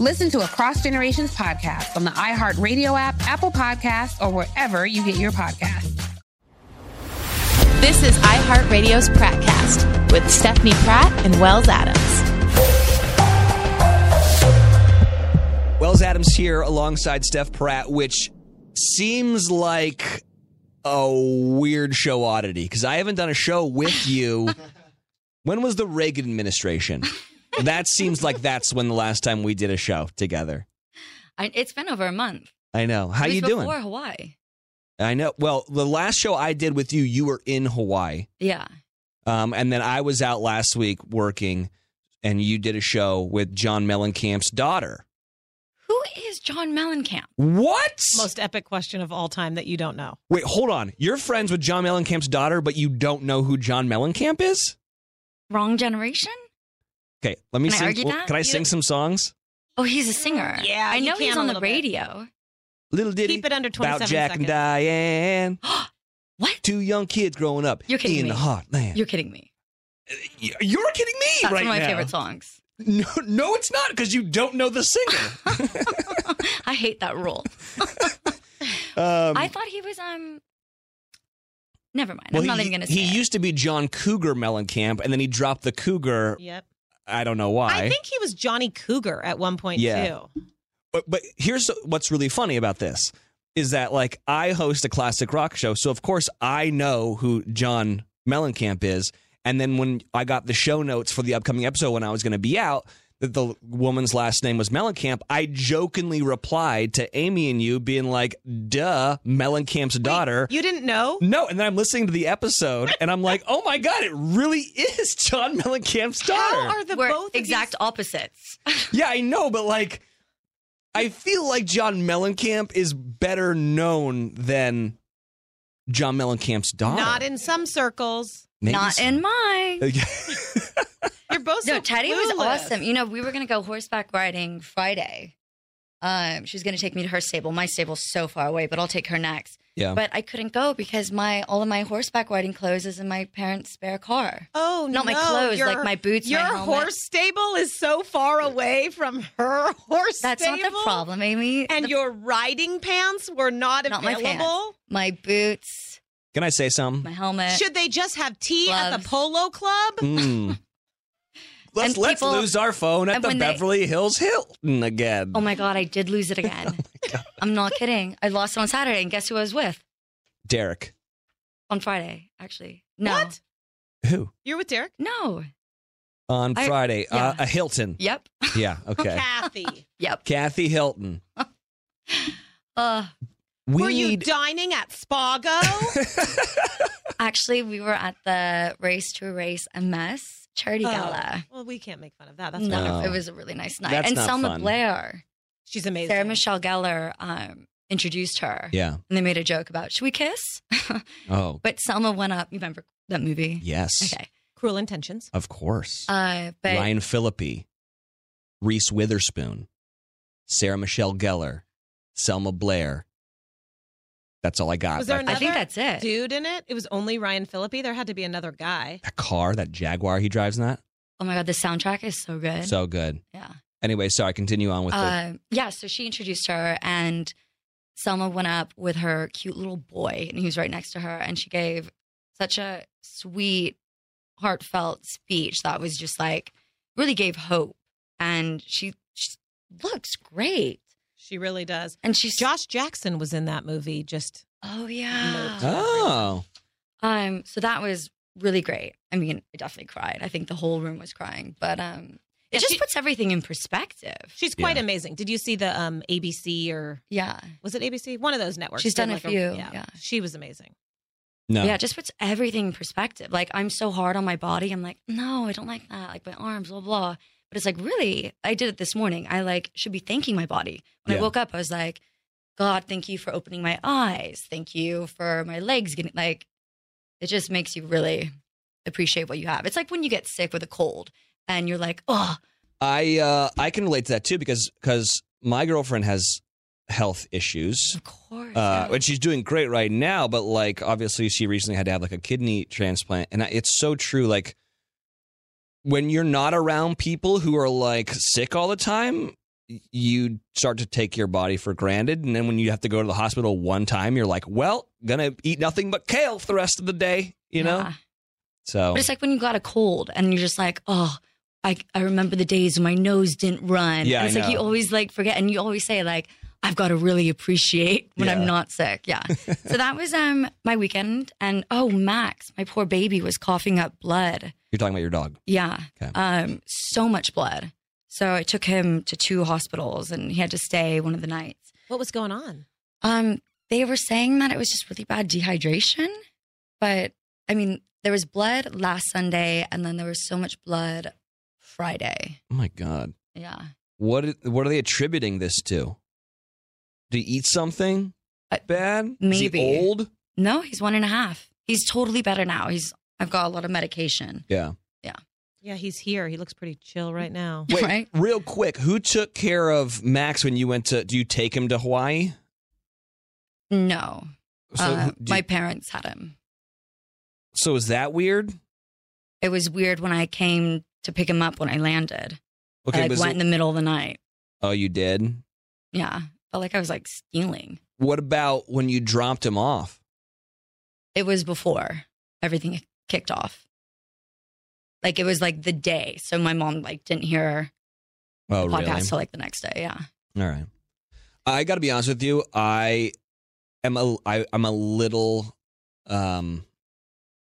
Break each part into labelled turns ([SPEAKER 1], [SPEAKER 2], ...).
[SPEAKER 1] Listen to Across Generations podcast on the iHeartRadio app, Apple Podcasts, or wherever you get your podcasts.
[SPEAKER 2] This is iHeartRadio's Prattcast with Stephanie Pratt and Wells Adams.
[SPEAKER 3] Wells Adams here alongside Steph Pratt, which seems like a weird show oddity because I haven't done a show with you. when was the Reagan administration? That seems like that's when the last time we did a show together.
[SPEAKER 4] I, it's been over a month.
[SPEAKER 3] I know. How
[SPEAKER 4] it was
[SPEAKER 3] you
[SPEAKER 4] before
[SPEAKER 3] doing?
[SPEAKER 4] Hawaii.
[SPEAKER 3] I know. Well, the last show I did with you, you were in Hawaii.
[SPEAKER 4] Yeah.
[SPEAKER 3] Um, and then I was out last week working and you did a show with John Mellencamp's daughter.
[SPEAKER 4] Who is John Mellencamp?
[SPEAKER 3] What?
[SPEAKER 5] most epic question of all time that you don't know.
[SPEAKER 3] Wait, hold on. You're friends with John Mellencamp's daughter, but you don't know who John Mellencamp is?
[SPEAKER 4] Wrong generation?
[SPEAKER 3] Okay, let me
[SPEAKER 4] Can I
[SPEAKER 3] sing.
[SPEAKER 4] argue that?
[SPEAKER 3] Can I
[SPEAKER 4] You-
[SPEAKER 3] sing some songs?
[SPEAKER 4] Oh, he's a singer.
[SPEAKER 5] Yeah,
[SPEAKER 4] I
[SPEAKER 5] you
[SPEAKER 4] know
[SPEAKER 5] can
[SPEAKER 4] he's
[SPEAKER 5] a
[SPEAKER 4] on the
[SPEAKER 5] little bit.
[SPEAKER 4] radio.
[SPEAKER 3] Little Diddy.
[SPEAKER 5] Keep it under
[SPEAKER 3] About
[SPEAKER 5] 27
[SPEAKER 3] Jack and
[SPEAKER 5] seconds.
[SPEAKER 3] Diane.
[SPEAKER 4] What?
[SPEAKER 3] Two young kids growing up
[SPEAKER 4] You're kidding
[SPEAKER 3] in
[SPEAKER 4] me.
[SPEAKER 3] the heartland.
[SPEAKER 4] You're kidding me.
[SPEAKER 3] Y- You're kidding me
[SPEAKER 4] That's
[SPEAKER 3] right
[SPEAKER 4] one of my
[SPEAKER 3] now.
[SPEAKER 4] favorite songs.
[SPEAKER 3] No, no, it's not because you don't know the singer.
[SPEAKER 4] I hate that rule.
[SPEAKER 3] um,
[SPEAKER 4] I thought he was um. Never mind.
[SPEAKER 3] well,
[SPEAKER 4] I'm not
[SPEAKER 3] he,
[SPEAKER 4] even gonna say.
[SPEAKER 3] He
[SPEAKER 4] it.
[SPEAKER 3] used to be John Cougar Mellencamp, and then he dropped the Cougar.
[SPEAKER 5] Yep.
[SPEAKER 3] I don't know why.
[SPEAKER 5] I think he was Johnny Cougar at one point
[SPEAKER 3] Yeah.
[SPEAKER 5] too.
[SPEAKER 3] But but here's what's really funny about this is that like I host a classic rock show, so of course I know who John Mellencamp is. And then when I got the show notes for the upcoming episode when I was going to be out, that the woman's last name was Mellencamp, I jokingly replied to Amy and you being like, "Duh, Mellencamp's daughter."
[SPEAKER 5] You didn't know?
[SPEAKER 3] no, and then I'm listening to the episode and I'm like, "Oh my god, it really is John Mellencamp's daughter."
[SPEAKER 5] How are the
[SPEAKER 4] We're
[SPEAKER 5] both of
[SPEAKER 4] exact opposites.
[SPEAKER 3] Yeah, I know, but like, I feel like John Mellencamp is better known than John Mellencamp's
[SPEAKER 5] these-
[SPEAKER 3] daughter.
[SPEAKER 5] Not in some circles.
[SPEAKER 3] Maybe
[SPEAKER 4] Not
[SPEAKER 3] so.
[SPEAKER 4] in mine.
[SPEAKER 5] You're both
[SPEAKER 4] No,
[SPEAKER 5] so
[SPEAKER 4] Teddy was
[SPEAKER 5] clueless.
[SPEAKER 4] awesome. You know, we were gonna go horseback riding Friday. Um, she was gonna take me to her stable. My stable's so far away, but I'll take her next.
[SPEAKER 3] yeah.
[SPEAKER 4] But I couldn't go because my all of my horseback riding clothes is in my parents' spare car.
[SPEAKER 5] Oh
[SPEAKER 4] Not
[SPEAKER 5] no!
[SPEAKER 4] my clothes,
[SPEAKER 5] your-
[SPEAKER 4] like my boots, my
[SPEAKER 5] Your
[SPEAKER 4] helmet.
[SPEAKER 5] horse stable is so far away from her horse
[SPEAKER 4] That's
[SPEAKER 5] stable.
[SPEAKER 4] not the problem, Amy.
[SPEAKER 5] And
[SPEAKER 4] The-
[SPEAKER 5] your riding pants were not,
[SPEAKER 4] Not my
[SPEAKER 5] available.
[SPEAKER 4] my boots,
[SPEAKER 3] Can I say
[SPEAKER 4] my
[SPEAKER 3] something?
[SPEAKER 4] helmet.
[SPEAKER 5] Should they just have tea at
[SPEAKER 4] Gloves.
[SPEAKER 5] the polo club?
[SPEAKER 3] Mm. Let's
[SPEAKER 4] And
[SPEAKER 3] let's
[SPEAKER 4] people-
[SPEAKER 3] lose our phone at
[SPEAKER 4] and
[SPEAKER 3] the
[SPEAKER 4] when they-
[SPEAKER 3] Beverly Hills Hilton again. Oh
[SPEAKER 4] oh my god, I did lose it again. I'm not kidding. I lost it on Saturday, and guess who I was with
[SPEAKER 3] Derek,
[SPEAKER 4] on Friday? Actually, no,
[SPEAKER 5] What?
[SPEAKER 3] who
[SPEAKER 5] You're with Derek?
[SPEAKER 4] no.
[SPEAKER 3] on
[SPEAKER 4] I-
[SPEAKER 3] Friday? Uh,
[SPEAKER 4] yeah.
[SPEAKER 3] a Hilton.
[SPEAKER 4] Yep,
[SPEAKER 3] Yeah. Okay.
[SPEAKER 5] Kathy.
[SPEAKER 4] yep.
[SPEAKER 3] Kathy Hilton.
[SPEAKER 4] Uh,
[SPEAKER 3] We
[SPEAKER 5] were you
[SPEAKER 3] need.
[SPEAKER 5] dining at Spago?
[SPEAKER 4] actually, we were at the Race to Erase a Mess charity
[SPEAKER 5] Oh,
[SPEAKER 4] gala.
[SPEAKER 5] well, we can't make fun of that. That's
[SPEAKER 4] No,
[SPEAKER 5] wonderful.
[SPEAKER 4] it was a really nice night.
[SPEAKER 3] Um, That's
[SPEAKER 4] and
[SPEAKER 3] not
[SPEAKER 4] Selma
[SPEAKER 3] fun.
[SPEAKER 4] Blair,
[SPEAKER 5] She's amazing.
[SPEAKER 4] Sarah Michelle Gellar um, introduced her,
[SPEAKER 3] yeah.
[SPEAKER 4] and they made a joke about should we kiss?
[SPEAKER 3] Oh.
[SPEAKER 4] but Selma went up. You remember that movie?
[SPEAKER 3] Yes.
[SPEAKER 4] Okay.
[SPEAKER 5] Cruel Intentions.
[SPEAKER 3] Of course.
[SPEAKER 4] Uh, but
[SPEAKER 3] Ryan Philippi. Reese Witherspoon, Sarah Michelle Gellar, Selma Blair. That's all I got.
[SPEAKER 5] Was there
[SPEAKER 3] Like,
[SPEAKER 5] another
[SPEAKER 3] that
[SPEAKER 4] that's it.
[SPEAKER 5] dude in it? It was only Ryan Phillippe. There had to be another guy.
[SPEAKER 3] car, that Jaguar he drives in that?
[SPEAKER 4] Oh my god, the soundtrack is so good.
[SPEAKER 3] So good.
[SPEAKER 4] yeah.
[SPEAKER 3] Anyway, sorry, continue on with the
[SPEAKER 4] Uh, yeah, so she introduced her, and Selma went up with her cute little boy, and he was right next to her, and she gave such a sweet, heartfelt speech that was just like really gave hope, and she, she looks great,
[SPEAKER 5] She really does.
[SPEAKER 4] and she's
[SPEAKER 5] Josh Jackson was in that movie. Just
[SPEAKER 4] oh yeah,
[SPEAKER 3] Oh.
[SPEAKER 4] um, so that was really great. I mean, I definitely cried. I think the whole room was crying, but um, it just puts everything in perspective.
[SPEAKER 5] she's quite
[SPEAKER 4] Yeah.
[SPEAKER 5] amazing. Did you see the um, ABC or
[SPEAKER 4] Yeah.
[SPEAKER 5] was it ABC? One of those networks.
[SPEAKER 4] She's
[SPEAKER 5] did
[SPEAKER 4] done a
[SPEAKER 5] like
[SPEAKER 4] few, yeah.
[SPEAKER 5] she was amazing.
[SPEAKER 3] No.
[SPEAKER 4] Yeah, it just puts everything in perspective. Like I'm so hard on my body. I'm like, no, I don't like that. Like my arms, blah blah. But it's like, really, I did it this morning. I like should be thanking my body. When
[SPEAKER 3] Yeah.
[SPEAKER 4] I woke up, I was like, God, thank you for opening my eyes. Thank you for my legs getting like. It just makes you really appreciate what you have. It's like when you get sick with a cold and you're like, oh,
[SPEAKER 3] I uh, I can relate to that too because because my girlfriend has health issues. Of
[SPEAKER 4] course.
[SPEAKER 3] Uh, and she's doing great right now, but like obviously she recently had to have like a kidney transplant, and I- it's so true. Like when you're not around people who are like sick all the time, y- you start to take your body for granted, and then when you have to go to the hospital one time, you're like, well, gonna eat nothing but kale for the rest of the day, you know. So
[SPEAKER 4] But it's like when you got a cold and you're just like, oh, I, I remember the days when my nose didn't run.
[SPEAKER 3] Yeah,
[SPEAKER 4] and it's
[SPEAKER 3] I
[SPEAKER 4] like you
[SPEAKER 3] know.
[SPEAKER 4] always like forget and you always say like, I've got to really appreciate when
[SPEAKER 3] Yeah.
[SPEAKER 4] I'm not sick. Yeah. so that was um my weekend and oh Max, my poor baby was coughing up blood.
[SPEAKER 3] you're talking about your dog.
[SPEAKER 4] Yeah.
[SPEAKER 3] Okay.
[SPEAKER 4] Um, so much blood. So I took him to two hospitals and he had to stay one of the nights.
[SPEAKER 5] What was going on?
[SPEAKER 4] Um, they were saying that it was just really bad dehydration, but I mean, there was blood last Sunday, and then there was so much blood Friday.
[SPEAKER 3] Oh my god.
[SPEAKER 4] Yeah,
[SPEAKER 3] What i- what are they attributing this to? Did he eat something bad?
[SPEAKER 4] maybe
[SPEAKER 3] Is he old?
[SPEAKER 4] No, he's one and a half. He's totally better now. He's I've got a lot of medication.
[SPEAKER 3] Yeah.
[SPEAKER 4] Yeah,
[SPEAKER 5] Yeah, he's here. He looks pretty chill right now.
[SPEAKER 3] Wait, real quick, who took care of Max when you went to? Do you take him to Hawaii?
[SPEAKER 4] no.
[SPEAKER 3] So
[SPEAKER 4] Uh,
[SPEAKER 3] who- do
[SPEAKER 4] my
[SPEAKER 3] you-
[SPEAKER 4] parents had him.
[SPEAKER 3] So is that weird?
[SPEAKER 4] It was weird when I came to pick him up when I landed.
[SPEAKER 3] Okay,
[SPEAKER 4] I like,
[SPEAKER 3] but is
[SPEAKER 4] went
[SPEAKER 3] it-
[SPEAKER 4] in the middle of the night.
[SPEAKER 3] Oh, you did.
[SPEAKER 4] Yeah, felt like I was like stealing.
[SPEAKER 3] What about when you dropped him off?
[SPEAKER 4] It was before everything kicked off. Like it was like the day. So my mom like didn't hear
[SPEAKER 3] Oh,
[SPEAKER 4] the
[SPEAKER 3] really?
[SPEAKER 4] podcast till like the next day. Yeah.
[SPEAKER 3] All right. I got to be honest with you. I am a I, I'm a little um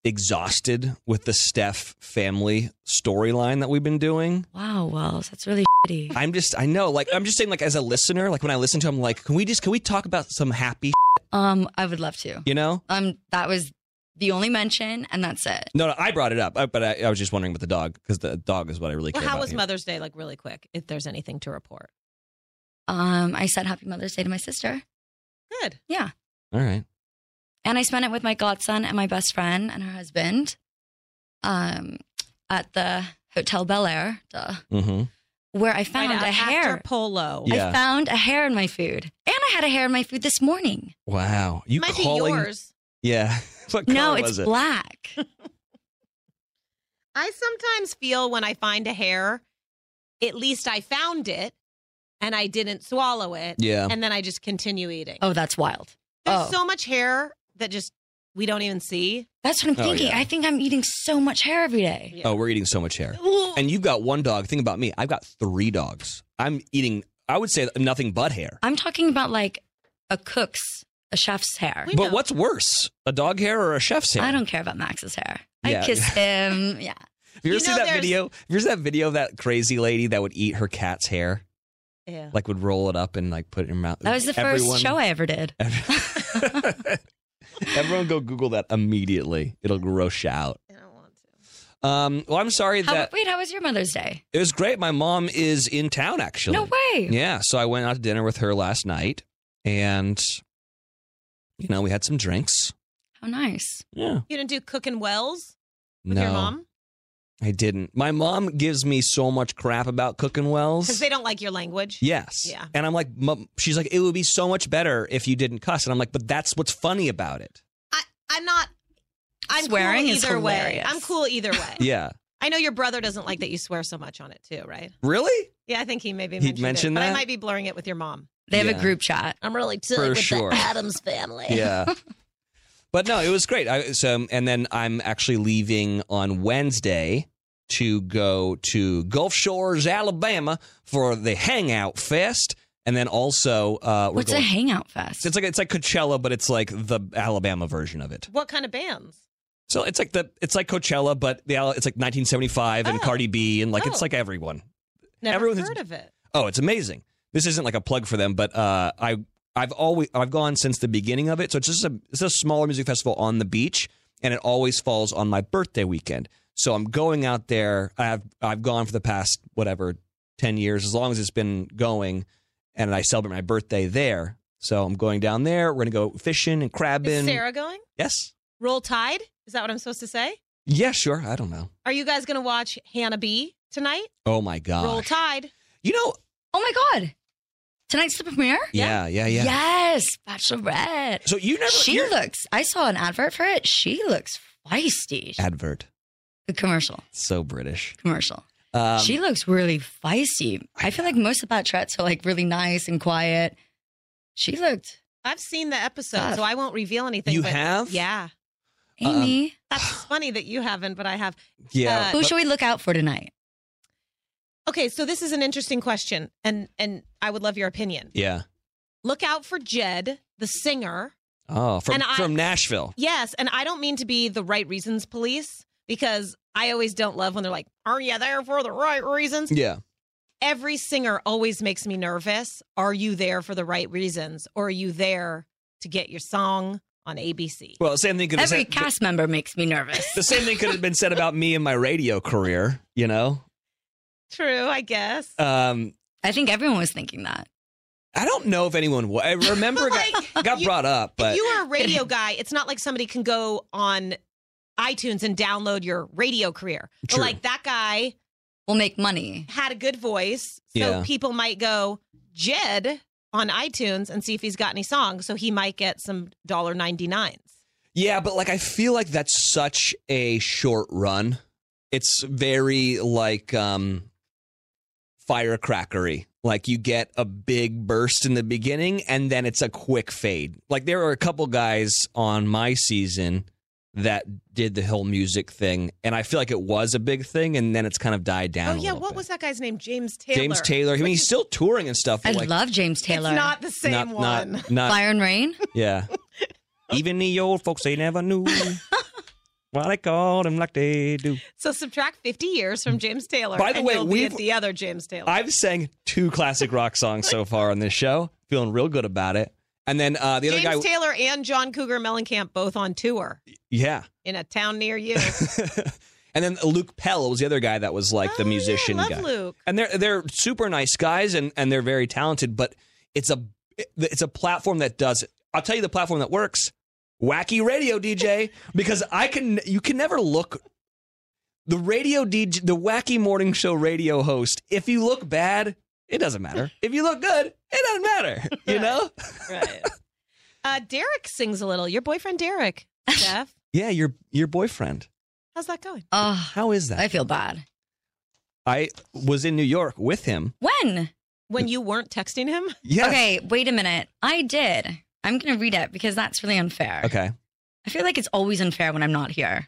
[SPEAKER 3] exhausted with the Steph family storyline that we've been doing.
[SPEAKER 4] Wow, Wells, that's really shitty.
[SPEAKER 3] I'm just I know like I'm just saying like as a listener like when I listen to him like can we just can we talk about some happy
[SPEAKER 4] Um, I would love to.
[SPEAKER 3] you know?
[SPEAKER 4] Um, that was the only mention, and that's it.
[SPEAKER 3] No, no, I brought it up, uh, but I, I was just wondering about the dog because the dog is what I really
[SPEAKER 5] Well,
[SPEAKER 3] care
[SPEAKER 5] how
[SPEAKER 3] about.
[SPEAKER 5] was
[SPEAKER 3] here.
[SPEAKER 5] Mother's Day? Like really quick, if there's anything to report.
[SPEAKER 4] Um, I said Happy Mother's Day to my sister.
[SPEAKER 5] Good.
[SPEAKER 4] Yeah,
[SPEAKER 3] All right.
[SPEAKER 4] and I spent it with my godson and my best friend and her husband. Um, at the Hotel Bel Air, duh,
[SPEAKER 3] Mm-hmm.
[SPEAKER 4] where I found
[SPEAKER 5] out
[SPEAKER 4] a
[SPEAKER 5] after
[SPEAKER 4] hair
[SPEAKER 5] polo.
[SPEAKER 3] Yeah.
[SPEAKER 4] I found a hair in my food, and I had a hair in my food this morning.
[SPEAKER 3] Wow. You
[SPEAKER 5] Might be
[SPEAKER 3] calling?
[SPEAKER 5] yours.
[SPEAKER 3] Yeah. What
[SPEAKER 4] no,
[SPEAKER 3] color
[SPEAKER 4] it's
[SPEAKER 3] was it?
[SPEAKER 4] black.
[SPEAKER 5] I sometimes feel when I find a hair, at least I found it and I didn't swallow it.
[SPEAKER 3] Yeah.
[SPEAKER 5] And then I just continue eating.
[SPEAKER 4] Oh, that's wild.
[SPEAKER 5] There's
[SPEAKER 4] oh.
[SPEAKER 5] so much hair that just we don't even see.
[SPEAKER 4] That's what I'm
[SPEAKER 3] Oh,
[SPEAKER 4] thinking.
[SPEAKER 3] yeah.
[SPEAKER 4] I think I'm eating so much hair every day.
[SPEAKER 3] Oh, we're eating so much hair.
[SPEAKER 4] Ooh.
[SPEAKER 3] And you've got one dog. Think about me. I've got three dogs. I'm eating. I would say nothing but hair.
[SPEAKER 4] I'm talking about like a cook's, a chef's hair.
[SPEAKER 3] but what's worse, a dog hair or a chef's hair?
[SPEAKER 4] I don't care about Max's hair.
[SPEAKER 3] Yeah.
[SPEAKER 4] I kiss him. Yeah.
[SPEAKER 3] Have you ever
[SPEAKER 4] You
[SPEAKER 3] seen
[SPEAKER 4] know,
[SPEAKER 3] that
[SPEAKER 4] there's-
[SPEAKER 3] video? Have you ever seen that video of that crazy lady that would eat her cat's hair?
[SPEAKER 5] Yeah.
[SPEAKER 3] Like would roll it up and like put it in her mouth.
[SPEAKER 4] That was the
[SPEAKER 3] Everyone-
[SPEAKER 4] first show I ever did.
[SPEAKER 3] Everyone go Google that immediately. It'll gross you out. I don't want to. Um, well, I'm sorry
[SPEAKER 4] How,
[SPEAKER 3] that
[SPEAKER 4] wait, how was your Mother's Day?
[SPEAKER 3] it was great. My mom is in town actually.
[SPEAKER 4] No way.
[SPEAKER 3] Yeah, so I went out to dinner with her last night, and you know we had some drinks.
[SPEAKER 4] How nice.
[SPEAKER 3] Yeah.
[SPEAKER 5] You didn't do cooking wells with
[SPEAKER 3] no,
[SPEAKER 5] your mom?
[SPEAKER 3] I didn't. My mom gives me so much crap about cooking wells.
[SPEAKER 5] because they don't like your language.
[SPEAKER 3] Yes.
[SPEAKER 5] Yeah.
[SPEAKER 3] And I'm like, Mom, she's like, it would be so much better if you didn't cuss. And I'm like, but that's what's funny about it.
[SPEAKER 5] I'm not. I'm
[SPEAKER 4] Swearing
[SPEAKER 5] cool
[SPEAKER 4] is
[SPEAKER 5] either way.
[SPEAKER 4] hilarious.
[SPEAKER 5] I'm cool either way.
[SPEAKER 3] Yeah.
[SPEAKER 5] I know your brother doesn't like that you swear so much on it too, right?
[SPEAKER 3] Really?
[SPEAKER 5] Yeah, I think he maybe
[SPEAKER 3] He
[SPEAKER 5] mentioned, it,
[SPEAKER 3] mentioned
[SPEAKER 5] but I
[SPEAKER 3] that?
[SPEAKER 5] might be blurring it with your mom.
[SPEAKER 3] They have a Yeah. group
[SPEAKER 4] chat.
[SPEAKER 5] I'm really
[SPEAKER 3] For
[SPEAKER 5] tilling with
[SPEAKER 3] sure.
[SPEAKER 5] the Adams family.
[SPEAKER 3] Yeah. but no, it was great. I, so, and then I'm actually leaving on Wednesday to go to Gulf Shores, Alabama for the Hangout Fest. And then also, uh, we're
[SPEAKER 4] What's a
[SPEAKER 3] going-
[SPEAKER 4] hangout fest?
[SPEAKER 3] It's like it's like Coachella, but it's like the Alabama version of it.
[SPEAKER 5] What kind of bands?
[SPEAKER 3] So it's like the it's like Coachella, but the Al- it's like 1975 and Cardi B and like
[SPEAKER 5] Oh.
[SPEAKER 3] it's like everyone.
[SPEAKER 5] Never
[SPEAKER 3] Everyone's-
[SPEAKER 5] heard of it.
[SPEAKER 3] Oh, it's amazing. This isn't like a plug for them, but uh, I I've always I've gone since the beginning of it. So it's just a it's a smaller music festival on the beach, and it always falls on my birthday weekend. So I'm going out there. I've I've gone for the past whatever ten years, as long as it's been going, and I celebrate my birthday there. So I'm going down there. We're gonna go fishing and crabbing.
[SPEAKER 5] Is Sarah going?
[SPEAKER 3] Yes.
[SPEAKER 5] Roll Tide? Is that what I'm supposed to say?
[SPEAKER 3] Yeah. Sure. I don't know.
[SPEAKER 5] Are you guys going to watch Hannah B tonight?
[SPEAKER 3] Oh my god.
[SPEAKER 5] Roll Tide.
[SPEAKER 3] You know.
[SPEAKER 4] Oh my god! Tonight's the premiere.
[SPEAKER 3] Yeah. Yeah. Yeah.
[SPEAKER 4] Yes, Bachelorette.
[SPEAKER 3] So you never.
[SPEAKER 4] She looks. I saw an advert for it. She looks feisty.
[SPEAKER 3] Advert.
[SPEAKER 4] The commercial.
[SPEAKER 3] So British.
[SPEAKER 4] Commercial.
[SPEAKER 3] Um,
[SPEAKER 4] she looks really feisty. I, feel like most of Bachelorettes are like really nice and quiet. She looked.
[SPEAKER 5] I've seen the episode,
[SPEAKER 4] Tough.
[SPEAKER 5] so I won't reveal anything.
[SPEAKER 3] You
[SPEAKER 5] but-
[SPEAKER 3] have? Uh-uh.
[SPEAKER 5] Yeah.
[SPEAKER 4] Amy,
[SPEAKER 5] That's funny that you haven't, but I have. Uh,
[SPEAKER 3] Yeah.
[SPEAKER 4] who should we look out for tonight?
[SPEAKER 5] Okay, so this is an interesting question, and and I would love your opinion.
[SPEAKER 3] Yeah.
[SPEAKER 5] Look out for Jed, the singer.
[SPEAKER 3] Oh, from
[SPEAKER 5] And I-
[SPEAKER 3] from Nashville.
[SPEAKER 5] Yes, and I don't mean to be the right reasons police because I always don't love when they're like, "Are you there for the right reasons?"
[SPEAKER 3] Yeah.
[SPEAKER 5] Every singer always makes me nervous. Are you there for the right reasons, or are you there to get your song on ABC?
[SPEAKER 3] Well, same thing could have
[SPEAKER 4] Every
[SPEAKER 3] said-
[SPEAKER 4] cast member makes me nervous.
[SPEAKER 3] the same thing could have been said about me and my radio career. You know,
[SPEAKER 5] True, I guess.
[SPEAKER 3] um,
[SPEAKER 4] I think everyone was thinking that.
[SPEAKER 3] I don't know if anyone. wa- I remember it got, got brought up, but
[SPEAKER 5] if you are a radio guy, it's not like somebody can go on iTunes and download your radio career. But
[SPEAKER 4] True.
[SPEAKER 5] like that guy
[SPEAKER 4] We'll make money.
[SPEAKER 5] had a good voice, so
[SPEAKER 4] Yeah.
[SPEAKER 5] people might go Jed on iTunes and see if he's got any songs, so he might get some dollar ninety nines.
[SPEAKER 3] yeah, but like I feel like that's such a short run. It's very like um, firecrackery. Like you get a big burst in the beginning, and then it's a quick fade. Like there are a couple guys on my season that did the whole music thing, and I feel like it was a big thing, and then it's kind of died
[SPEAKER 5] Oh
[SPEAKER 3] down. a
[SPEAKER 5] yeah,
[SPEAKER 3] little
[SPEAKER 5] what
[SPEAKER 3] bit.
[SPEAKER 5] was that guy's name? James Taylor.
[SPEAKER 3] James Taylor. I mean, he's still touring and stuff.
[SPEAKER 4] I
[SPEAKER 3] but, like,
[SPEAKER 4] love James Taylor.
[SPEAKER 5] It's not the same
[SPEAKER 3] Not- not-
[SPEAKER 5] one.
[SPEAKER 3] not-
[SPEAKER 4] Fire and Rain.
[SPEAKER 3] Yeah. Even the old folks, they never knew why they called him like they do.
[SPEAKER 5] So subtract fifty years from James Taylor.
[SPEAKER 3] By the
[SPEAKER 5] and
[SPEAKER 3] way,
[SPEAKER 5] you'll be at
[SPEAKER 3] we've- Uh,
[SPEAKER 5] the other James Taylor.
[SPEAKER 3] I've sang two classic rock songs so far on this show, feeling real good about it. And then uh, the
[SPEAKER 5] James
[SPEAKER 3] other guy,
[SPEAKER 5] Taylor and John Cougar Mellencamp both on tour
[SPEAKER 3] yeah.
[SPEAKER 5] in a town near you.
[SPEAKER 3] And then Luke Pell was the other guy that was like the musician
[SPEAKER 5] Oh, love
[SPEAKER 3] guy.
[SPEAKER 5] Luke.
[SPEAKER 3] And they're they're super nice guys and and they're very talented, but it's a it's a platform that does it. I'll tell you the platform that works. Wacky radio DJ because I can you can never look the radio DJ the wacky morning show radio host. If you look bad, it doesn't matter. If you look good, it doesn't matter. You know?
[SPEAKER 5] Uh, Derek sings a little. Your boyfriend Derek, Jeff.
[SPEAKER 3] Yeah, your your boyfriend.
[SPEAKER 5] How's that going?
[SPEAKER 4] Oh,
[SPEAKER 3] How is that?
[SPEAKER 4] I feel bad.
[SPEAKER 3] I was in New York with him.
[SPEAKER 4] When?
[SPEAKER 5] When you weren't texting him?
[SPEAKER 3] Yes.
[SPEAKER 4] Okay, wait a minute. I did. I'm going to read it because that's really unfair.
[SPEAKER 3] Okay.
[SPEAKER 4] I feel like it's always unfair when I'm not here.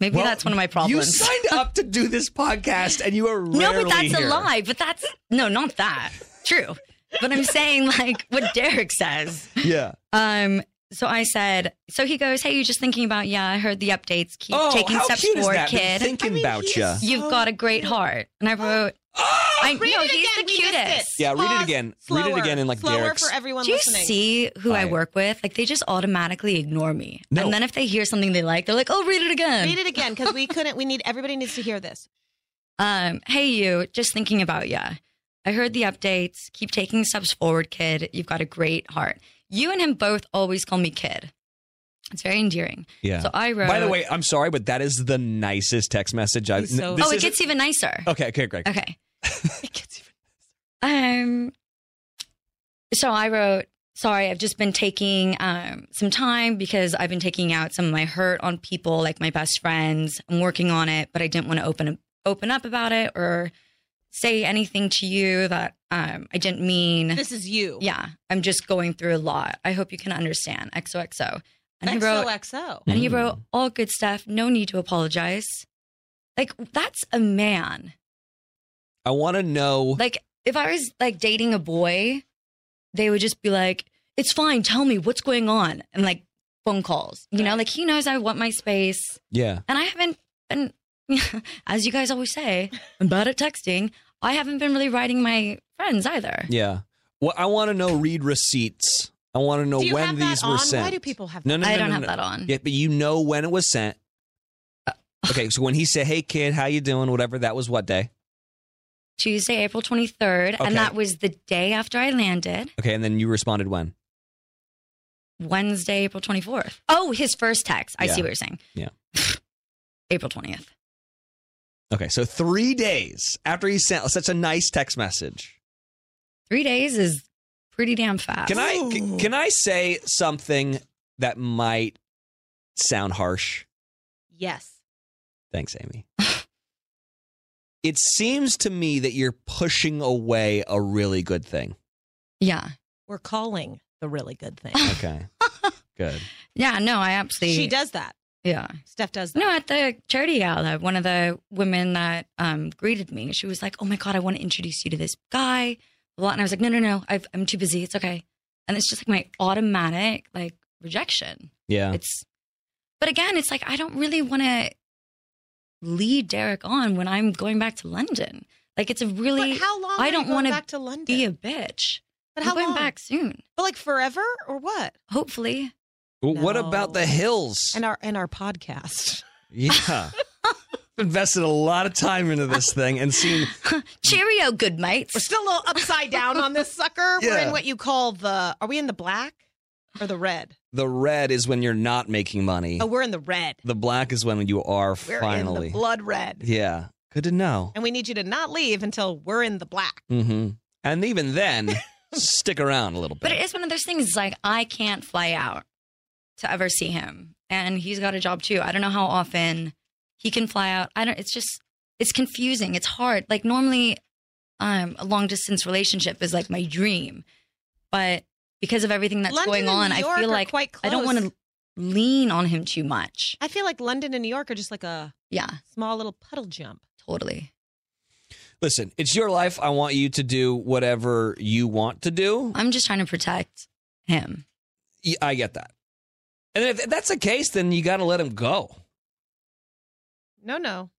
[SPEAKER 4] Maybe
[SPEAKER 3] Well,
[SPEAKER 4] that's one of my problems.
[SPEAKER 3] You signed up to do this podcast, and you are
[SPEAKER 4] no,
[SPEAKER 3] rarely
[SPEAKER 4] but that's
[SPEAKER 3] here.
[SPEAKER 4] a lie. But that's no, not that. True. But I'm saying like what Derek says.
[SPEAKER 3] Yeah.
[SPEAKER 4] Um, so I said, so he goes, hey, you're just thinking about, yeah, I heard the updates. Keep
[SPEAKER 3] Oh,
[SPEAKER 4] taking
[SPEAKER 3] how
[SPEAKER 4] steps
[SPEAKER 3] cute is
[SPEAKER 4] forward,
[SPEAKER 3] that? Been
[SPEAKER 4] kid.
[SPEAKER 3] thinking I mean, about he's ya.
[SPEAKER 4] You've got a great heart. And I wrote, I
[SPEAKER 5] Oh, Read
[SPEAKER 4] know
[SPEAKER 5] it
[SPEAKER 4] he's
[SPEAKER 5] again.
[SPEAKER 4] the
[SPEAKER 5] We missed it.
[SPEAKER 4] cutest.
[SPEAKER 3] Yeah, read it again. read it
[SPEAKER 5] slower.
[SPEAKER 3] again in like
[SPEAKER 5] Slower
[SPEAKER 3] Derek's.
[SPEAKER 5] for everyone
[SPEAKER 4] Do you
[SPEAKER 5] listening.
[SPEAKER 4] see who I,
[SPEAKER 3] I-
[SPEAKER 4] work with? Like they just automatically ignore me.
[SPEAKER 3] No.
[SPEAKER 4] And then if they hear something they like, they're like, "Oh, read it again."
[SPEAKER 5] Read it again because we couldn't. We need everybody needs to hear this.
[SPEAKER 4] Um, hey you, just thinking about ya. I heard the updates. Keep taking steps forward, kid. You've got a great heart. You and him both always call me kid. It's very endearing.
[SPEAKER 3] Yeah.
[SPEAKER 4] So I wrote.
[SPEAKER 3] By the way, I'm sorry, but that is the nicest text message I've.
[SPEAKER 4] He's so-
[SPEAKER 3] Uh, this
[SPEAKER 4] oh, it
[SPEAKER 3] is-
[SPEAKER 4] gets even nicer.
[SPEAKER 3] Okay. Okay. Great.
[SPEAKER 4] Okay. it gets even nicer. Um, so I wrote, sorry, I've just been taking um, some time because I've been taking out some of my hurt on people, like my best friends. I'm working on it, but I didn't want to open open up about it or say anything to you that um, I didn't mean.
[SPEAKER 5] This is you.
[SPEAKER 4] yeah, I'm just going through a lot. I hope you can understand. XOXO. And he wrote,
[SPEAKER 5] XOXO.
[SPEAKER 4] and he wrote all good stuff. No need to apologize. Like that's a man.
[SPEAKER 3] I want to know.
[SPEAKER 4] Like if I was like dating a boy, they would just be like, "It's fine. Tell me what's going on," and like phone calls. You know, like he knows I want my space,
[SPEAKER 3] Yeah.
[SPEAKER 4] and I haven't been, as you guys always say, I'm bad at texting. I haven't been really writing my friends either.
[SPEAKER 3] Yeah. Well, I want to know read receipts. I want to know
[SPEAKER 4] Do you
[SPEAKER 3] when
[SPEAKER 4] have that
[SPEAKER 3] these were
[SPEAKER 4] on? Why
[SPEAKER 3] sent.
[SPEAKER 4] do people have
[SPEAKER 3] no,
[SPEAKER 4] that?
[SPEAKER 3] no, no,
[SPEAKER 4] I
[SPEAKER 3] no,
[SPEAKER 4] don't
[SPEAKER 3] no,
[SPEAKER 4] have
[SPEAKER 3] no.
[SPEAKER 4] that on. Uh,
[SPEAKER 3] Yeah, but you know when it was sent. Okay, so when he said, "Hey kid, how you doing?" Whatever, that was what day?
[SPEAKER 4] Tuesday, April 23rd,
[SPEAKER 3] Okay.
[SPEAKER 4] and that was the day after I landed.
[SPEAKER 3] Okay, and then you responded when?
[SPEAKER 4] Wednesday, April 24th. Oh, his first text. I
[SPEAKER 3] Yeah.
[SPEAKER 4] see what you're saying.
[SPEAKER 3] Yeah.
[SPEAKER 4] April 20th.
[SPEAKER 3] Okay, so three days after he sent such a nice text message.
[SPEAKER 4] Three days is pretty damn fast.
[SPEAKER 3] Can I can, can I say something that might sound harsh?
[SPEAKER 5] Yes.
[SPEAKER 3] Thanks, Amy. it seems to me that you're pushing away a really good thing.
[SPEAKER 4] Yeah.
[SPEAKER 5] We're calling the really good thing.
[SPEAKER 3] Okay. good.
[SPEAKER 4] Yeah, no, I absolutely.
[SPEAKER 5] She does that.
[SPEAKER 4] Yeah.
[SPEAKER 5] Steph does that.
[SPEAKER 4] No, at the charity gala, one of the women that um, greeted me, she was like, "Oh my god, I want to introduce you to this guy." Blah, And I was like, "No, no, no, I've, I'm too busy. It's okay." And it's just like my automatic like rejection.
[SPEAKER 3] Yeah.
[SPEAKER 4] It's, but again, it's like I don't really want to lead Derek on when I'm going back to London. Like it's a really.
[SPEAKER 5] But how long?
[SPEAKER 4] I
[SPEAKER 5] are
[SPEAKER 4] don't
[SPEAKER 5] you going
[SPEAKER 4] want
[SPEAKER 5] back to
[SPEAKER 4] to
[SPEAKER 5] London.
[SPEAKER 4] be a bitch.
[SPEAKER 5] But
[SPEAKER 4] I'm
[SPEAKER 5] how
[SPEAKER 4] going
[SPEAKER 5] long?
[SPEAKER 4] back soon,
[SPEAKER 5] But like forever or what?
[SPEAKER 4] hopefully.
[SPEAKER 3] Well, What about the hills?
[SPEAKER 5] And our and our podcast.
[SPEAKER 3] Yeah. Invested a lot of time into this thing and seen
[SPEAKER 4] Cheerio, good mates.
[SPEAKER 5] We're still a little upside down on this sucker. We're
[SPEAKER 3] Yeah.
[SPEAKER 5] in what you call the. Are we in the black or the red?
[SPEAKER 3] the red is when you're not making money.
[SPEAKER 5] Oh, we're in the red.
[SPEAKER 3] The black is when you are
[SPEAKER 5] We're
[SPEAKER 3] finally.
[SPEAKER 5] in the blood red,
[SPEAKER 3] Yeah. Good to know.
[SPEAKER 5] and we need you to not leave until we're in the black.
[SPEAKER 3] hmm And even then, stick around a little bit.
[SPEAKER 4] But it is one of those things. It's like I can't fly out to ever see him, and he's got a job too. I don't know how often he can fly out. I don't. It's just it's confusing. It's hard. Like normally, um, a long distance relationship is like my dream, but because of everything that's
[SPEAKER 5] London
[SPEAKER 4] going
[SPEAKER 5] and
[SPEAKER 4] on,
[SPEAKER 5] New
[SPEAKER 4] I
[SPEAKER 5] York
[SPEAKER 4] feel
[SPEAKER 5] are
[SPEAKER 4] like
[SPEAKER 5] quite
[SPEAKER 4] I don't want
[SPEAKER 5] close.
[SPEAKER 4] to lean on him too much.
[SPEAKER 5] I feel like London and New York are just like a
[SPEAKER 4] Yeah,
[SPEAKER 5] small little puddle jump.
[SPEAKER 4] totally.
[SPEAKER 3] Listen, it's your life. I want you to do whatever you want to do.
[SPEAKER 4] I'm just trying to protect him.
[SPEAKER 3] Yeah, I get that. And if that's the case, then you got to let him go.
[SPEAKER 5] No, no.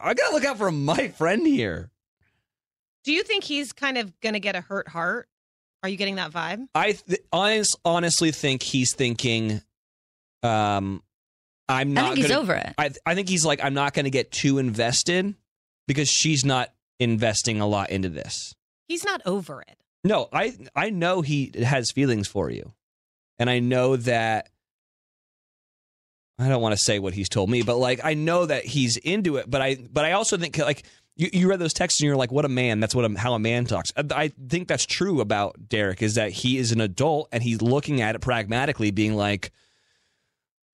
[SPEAKER 3] I got to look out for my friend here.
[SPEAKER 5] Do you think he's kind of gonna get a hurt heart? Are you getting that vibe?
[SPEAKER 3] I th- honest, honestly think he's thinking, um, I'm
[SPEAKER 4] I
[SPEAKER 3] not.
[SPEAKER 4] think he's
[SPEAKER 3] gonna-
[SPEAKER 4] over it.
[SPEAKER 3] I I think he's like, I'm not going to get too invested because she's not investing a lot into this.
[SPEAKER 5] He's not over it.
[SPEAKER 3] No, I I know he has feelings for you, and I know that. I don't want to say what he's told me, but like I know that he's into it. But I but I also think like you, you read those texts and you're like, what a man. That's what a, how a man talks. I, I think that's true about Derek is that he is an adult and he's looking at it pragmatically, being like,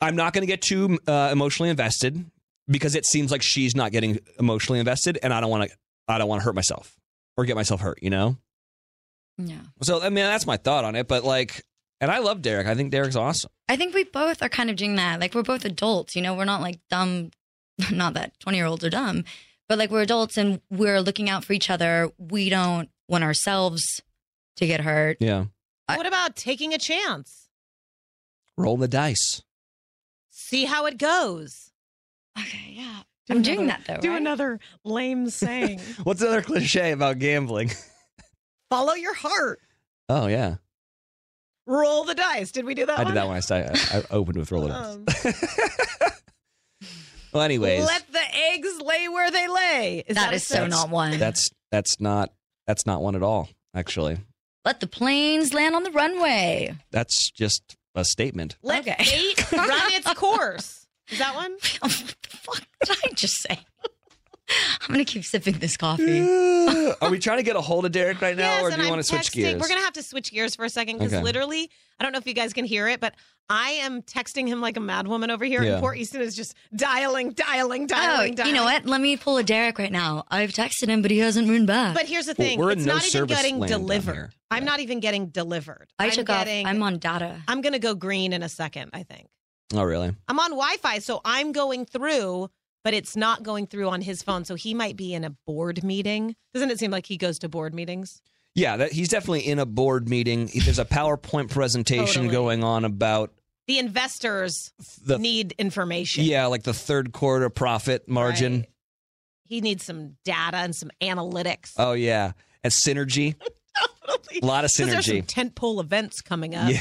[SPEAKER 3] I'm not going to get too uh, emotionally invested because it seems like she's not getting emotionally invested, and I don't want to I don't want to hurt myself or get myself hurt. You know.
[SPEAKER 4] Yeah.
[SPEAKER 3] So I mean, that's my thought on it. But like, and I love Derek. I think Derek's awesome.
[SPEAKER 4] I think we both are kind of doing that. Like we're both adults, you know, we're not like dumb, not that 20 year olds are dumb, but like we're adults and we're looking out for each other. We don't want ourselves to get hurt.
[SPEAKER 3] Yeah.
[SPEAKER 5] what about taking a chance?
[SPEAKER 3] Roll the dice.
[SPEAKER 5] See how it goes.
[SPEAKER 4] Okay, yeah.
[SPEAKER 5] Do
[SPEAKER 4] I'm doing
[SPEAKER 5] another-
[SPEAKER 4] that though.
[SPEAKER 5] Do
[SPEAKER 4] right?
[SPEAKER 5] another lame saying.
[SPEAKER 3] What's another cliche about gambling?
[SPEAKER 5] Follow your heart.
[SPEAKER 3] Oh yeah,
[SPEAKER 5] Roll the dice. Did we do that
[SPEAKER 3] I
[SPEAKER 5] one?
[SPEAKER 3] did that when I started. I opened with roll the dice.
[SPEAKER 5] Um,
[SPEAKER 3] Well, anyways,
[SPEAKER 5] Let the eggs lay where they lay.
[SPEAKER 4] That is so
[SPEAKER 3] that's-
[SPEAKER 4] not one.
[SPEAKER 3] That's that's not that's not one at all. Actually,
[SPEAKER 4] Let the planes land on the runway.
[SPEAKER 3] That's just a statement.
[SPEAKER 5] Let fate run its course. Is that one?
[SPEAKER 4] What did I just say? I'm gonna keep sipping this coffee.
[SPEAKER 3] Are we trying to get a hold of Derek right now,
[SPEAKER 5] Yes,
[SPEAKER 3] or
[SPEAKER 5] and
[SPEAKER 3] do you
[SPEAKER 5] I'm
[SPEAKER 3] want to switch
[SPEAKER 5] texting-
[SPEAKER 3] gears?
[SPEAKER 5] We're gonna have to switch gears for a second because
[SPEAKER 3] Okay.
[SPEAKER 5] literally, I don't know if you guys can hear it, but I am texting him like a madwoman over here,
[SPEAKER 4] Yeah.
[SPEAKER 5] and poor Easton is just dialing, dialing, dialing,
[SPEAKER 4] oh,
[SPEAKER 5] dialing.
[SPEAKER 4] you know what? Let me pull a Derek right now. I've texted him, but he hasn't mooned back.
[SPEAKER 5] But here's the thing: it's not even getting delivered. I'm not even getting delivered.
[SPEAKER 4] I
[SPEAKER 5] I'm
[SPEAKER 4] took off.
[SPEAKER 5] getting,
[SPEAKER 4] I'm on data.
[SPEAKER 5] I'm gonna go green in a second. I think
[SPEAKER 3] Oh, really?
[SPEAKER 5] I'm on Wi-Fi, so I'm going through, but it's not going through on his phone. So he might be in a board meeting. Doesn't it seem like he goes to board meetings?
[SPEAKER 3] Yeah, that, he's definitely in a board meeting. He- There's a PowerPoint presentation
[SPEAKER 5] Totally.
[SPEAKER 3] going on about
[SPEAKER 5] The investors
[SPEAKER 3] The-
[SPEAKER 5] need information.
[SPEAKER 3] yeah, like the third quarter profit margin.
[SPEAKER 5] He needs some data and some analytics.
[SPEAKER 3] Oh yeah, and synergy. A lot of
[SPEAKER 5] 'Cause There's some
[SPEAKER 3] synergy.
[SPEAKER 5] tentpole events coming up.
[SPEAKER 3] Yeah.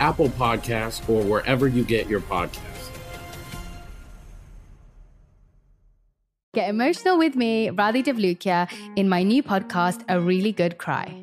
[SPEAKER 6] Apple Podcasts, or wherever you get your podcasts.
[SPEAKER 7] Get emotional with me, Radhi Devlukia, in my new podcast, A Really Good Cry.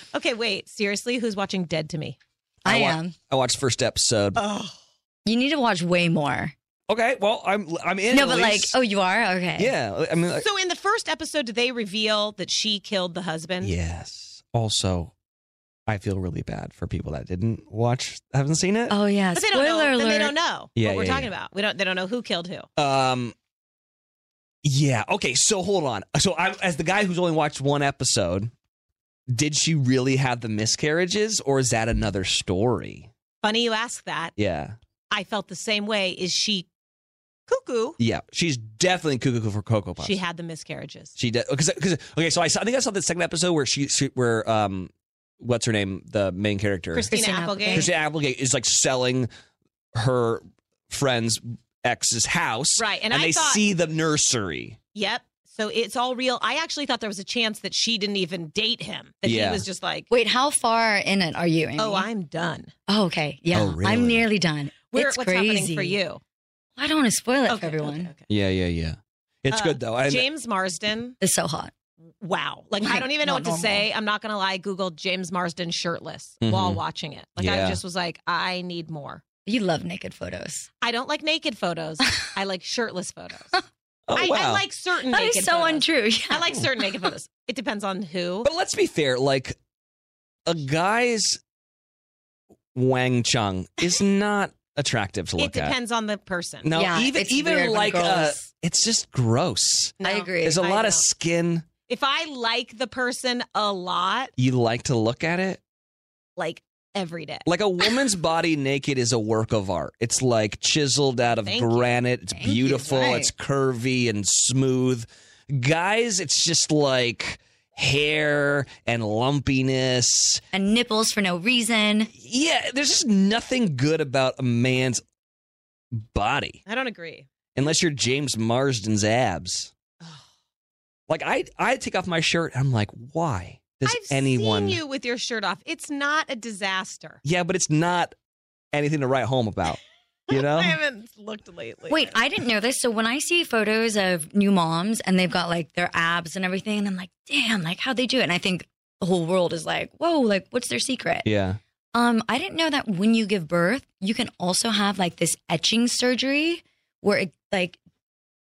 [SPEAKER 5] Okay, wait. Seriously, who's watching Dead to Me?
[SPEAKER 4] I am.
[SPEAKER 3] I watched first episode.
[SPEAKER 4] You need to watch way more.
[SPEAKER 3] Okay, well, I'm I'm in.
[SPEAKER 4] No,
[SPEAKER 3] at
[SPEAKER 4] but
[SPEAKER 3] least.
[SPEAKER 4] like, oh, you are okay.
[SPEAKER 3] yeah. I mean, like,
[SPEAKER 5] So in the first episode, did they reveal that she killed the husband?
[SPEAKER 3] yes. Also, I feel really bad for people that didn't watch, haven't seen it.
[SPEAKER 4] Oh yeah.
[SPEAKER 5] But they don't know.
[SPEAKER 4] Spoiler
[SPEAKER 5] then They
[SPEAKER 4] alert.
[SPEAKER 5] don't know
[SPEAKER 3] Yeah,
[SPEAKER 5] what we're
[SPEAKER 3] yeah,
[SPEAKER 5] talking
[SPEAKER 3] yeah.
[SPEAKER 5] about. We don't. They don't know who killed who.
[SPEAKER 3] Um. Yeah. Okay. So hold on. So I'm as the guy who's only watched one episode. Did she really have the miscarriages, or is that another story?
[SPEAKER 5] Funny you ask that.
[SPEAKER 3] Yeah.
[SPEAKER 5] I felt the same way. Is she cuckoo?
[SPEAKER 3] Yeah. She's definitely cuckoo for cocoa puffs.
[SPEAKER 5] She had the miscarriages.
[SPEAKER 3] She did because because okay. So I saw, I think I saw the second episode where she, she where um what's her name the main character
[SPEAKER 5] Christina Christina Applegate. Applegate.
[SPEAKER 3] Christina Applegate is like selling her friend's ex's house.
[SPEAKER 5] Right, and I
[SPEAKER 3] they
[SPEAKER 5] thought-
[SPEAKER 3] see the nursery.
[SPEAKER 5] Yep. So it's all real. I actually thought there was a chance that she didn't even date him. That
[SPEAKER 3] Yeah.
[SPEAKER 5] he was just like,
[SPEAKER 4] Wait, how far in it are you? Amy?
[SPEAKER 5] Oh, I'm done.
[SPEAKER 4] Oh, okay. Yeah,
[SPEAKER 3] Oh, really?
[SPEAKER 4] I'm nearly done.
[SPEAKER 5] Where-
[SPEAKER 4] it's
[SPEAKER 5] what's
[SPEAKER 4] crazy.
[SPEAKER 5] happening for you?
[SPEAKER 4] I don't want to spoil it for everyone.
[SPEAKER 3] Yeah, yeah, yeah. It's
[SPEAKER 5] Uh,
[SPEAKER 3] good though. And
[SPEAKER 5] James Marsden.
[SPEAKER 4] It's so hot.
[SPEAKER 5] Wow. Like, I don't even know
[SPEAKER 4] Not
[SPEAKER 5] what to
[SPEAKER 4] normal.
[SPEAKER 5] say. I'm not going to lie. Googled James Marsden shirtless
[SPEAKER 4] Mhm.
[SPEAKER 3] Mm.
[SPEAKER 5] while watching it. Like,
[SPEAKER 3] Mm-hmm.
[SPEAKER 4] Yeah.
[SPEAKER 5] I just was like, I need more.
[SPEAKER 4] You love naked photos.
[SPEAKER 5] I don't like naked photos. I like shirtless photos.
[SPEAKER 3] Oh,
[SPEAKER 5] I, I
[SPEAKER 3] wow.
[SPEAKER 5] like certain
[SPEAKER 4] That is
[SPEAKER 5] naked
[SPEAKER 4] so
[SPEAKER 5] photos.
[SPEAKER 4] untrue.
[SPEAKER 5] I like certain naked photos. It depends on who.
[SPEAKER 3] But let's be fair, like a guy's Wang Chung is not attractive to
[SPEAKER 5] It
[SPEAKER 3] look at.
[SPEAKER 5] depends on the person.
[SPEAKER 3] No, even even like uh, it's just gross.
[SPEAKER 5] I agree.
[SPEAKER 3] There's a
[SPEAKER 5] I
[SPEAKER 3] lot
[SPEAKER 5] know.
[SPEAKER 3] of skin.
[SPEAKER 5] If I like the person a lot,
[SPEAKER 3] You like to look at it.
[SPEAKER 5] like every day.
[SPEAKER 3] Like a woman's body naked is a work of art. It's like chiseled out of
[SPEAKER 5] Thank you.
[SPEAKER 3] granite. It's
[SPEAKER 5] you,
[SPEAKER 3] beautiful.
[SPEAKER 5] right.
[SPEAKER 3] It's curvy and smooth. Guys, it's just like hair and lumpiness.
[SPEAKER 4] And nipples for no reason.
[SPEAKER 3] Yeah, there's just nothing good about a man's body
[SPEAKER 5] I don't agree.
[SPEAKER 3] unless you're James Marsden's abs. Like I, I take off my shirt. I'm like, why does
[SPEAKER 5] I've
[SPEAKER 3] anyone?
[SPEAKER 5] seen you with your shirt off. It's not a disaster.
[SPEAKER 3] Yeah, but it's not anything to write home about. You know?
[SPEAKER 5] haven't looked lately.
[SPEAKER 4] Wait, I didn't know this. So when I see photos of new moms and they've got like their abs and everything, and I'm like, damn, like how'd they do it? And I think the whole world is like, whoa, like what's their secret?
[SPEAKER 3] yeah.
[SPEAKER 4] Um, I didn't know that when you give birth, you can also have like this etching surgery where it like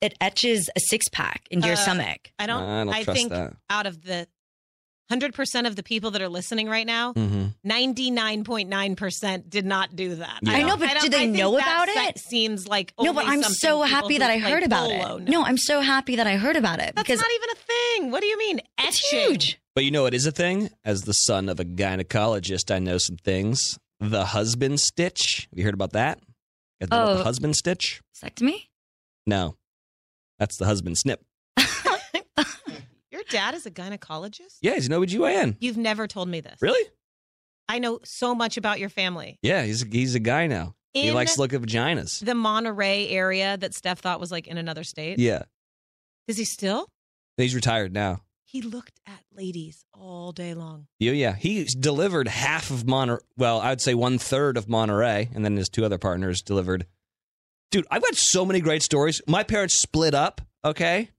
[SPEAKER 4] it etches a six pack into your
[SPEAKER 5] Uh,
[SPEAKER 4] stomach.
[SPEAKER 5] I don't.
[SPEAKER 3] I
[SPEAKER 5] I,
[SPEAKER 3] don't trust
[SPEAKER 5] think
[SPEAKER 3] that.
[SPEAKER 5] out of the hundred percent of the people that are listening right now,
[SPEAKER 3] Mm-hmm.
[SPEAKER 5] ninety nine point nine percent did not do that.
[SPEAKER 3] Yeah. I know,
[SPEAKER 5] don't-
[SPEAKER 4] but
[SPEAKER 5] don't-
[SPEAKER 4] do they
[SPEAKER 5] I think
[SPEAKER 4] know
[SPEAKER 5] that
[SPEAKER 4] about it?
[SPEAKER 5] se- Seems like
[SPEAKER 4] no, but
[SPEAKER 5] only
[SPEAKER 4] I'm
[SPEAKER 5] something people
[SPEAKER 4] so happy
[SPEAKER 5] who
[SPEAKER 4] that I
[SPEAKER 5] play
[SPEAKER 4] heard about
[SPEAKER 5] polo
[SPEAKER 4] it.
[SPEAKER 5] know.
[SPEAKER 4] No, I'm so happy that I heard about it
[SPEAKER 5] That's
[SPEAKER 4] because
[SPEAKER 5] not even a thing. What do you mean? Etching.
[SPEAKER 3] But you know it is a thing? As the son of a gynecologist, I know some things. The husband stitch. Have you heard about that? You heard about
[SPEAKER 4] Oh.
[SPEAKER 3] the husband stitch?
[SPEAKER 4] vasectomy.
[SPEAKER 3] No. That's the husband snip.
[SPEAKER 5] Your dad is a gynecologist.
[SPEAKER 3] Yeah, he's an OBGYN.
[SPEAKER 5] You've never told me this.
[SPEAKER 3] Really?
[SPEAKER 5] I know so much about your family.
[SPEAKER 3] Yeah, he's a, he's a guy now. he
[SPEAKER 5] In-
[SPEAKER 3] likes to look at vaginas.
[SPEAKER 5] The Monterey area that Steph thought was like in another state.
[SPEAKER 3] Yeah.
[SPEAKER 5] Is he still?
[SPEAKER 3] He's retired now.
[SPEAKER 5] He looked at ladies all day long.
[SPEAKER 3] Yeah, yeah. He delivered half of Monterey. Well, I would say one third of Monterey, and then his two other partners delivered. Dude, I've got so many great stories. My parents split up, okay,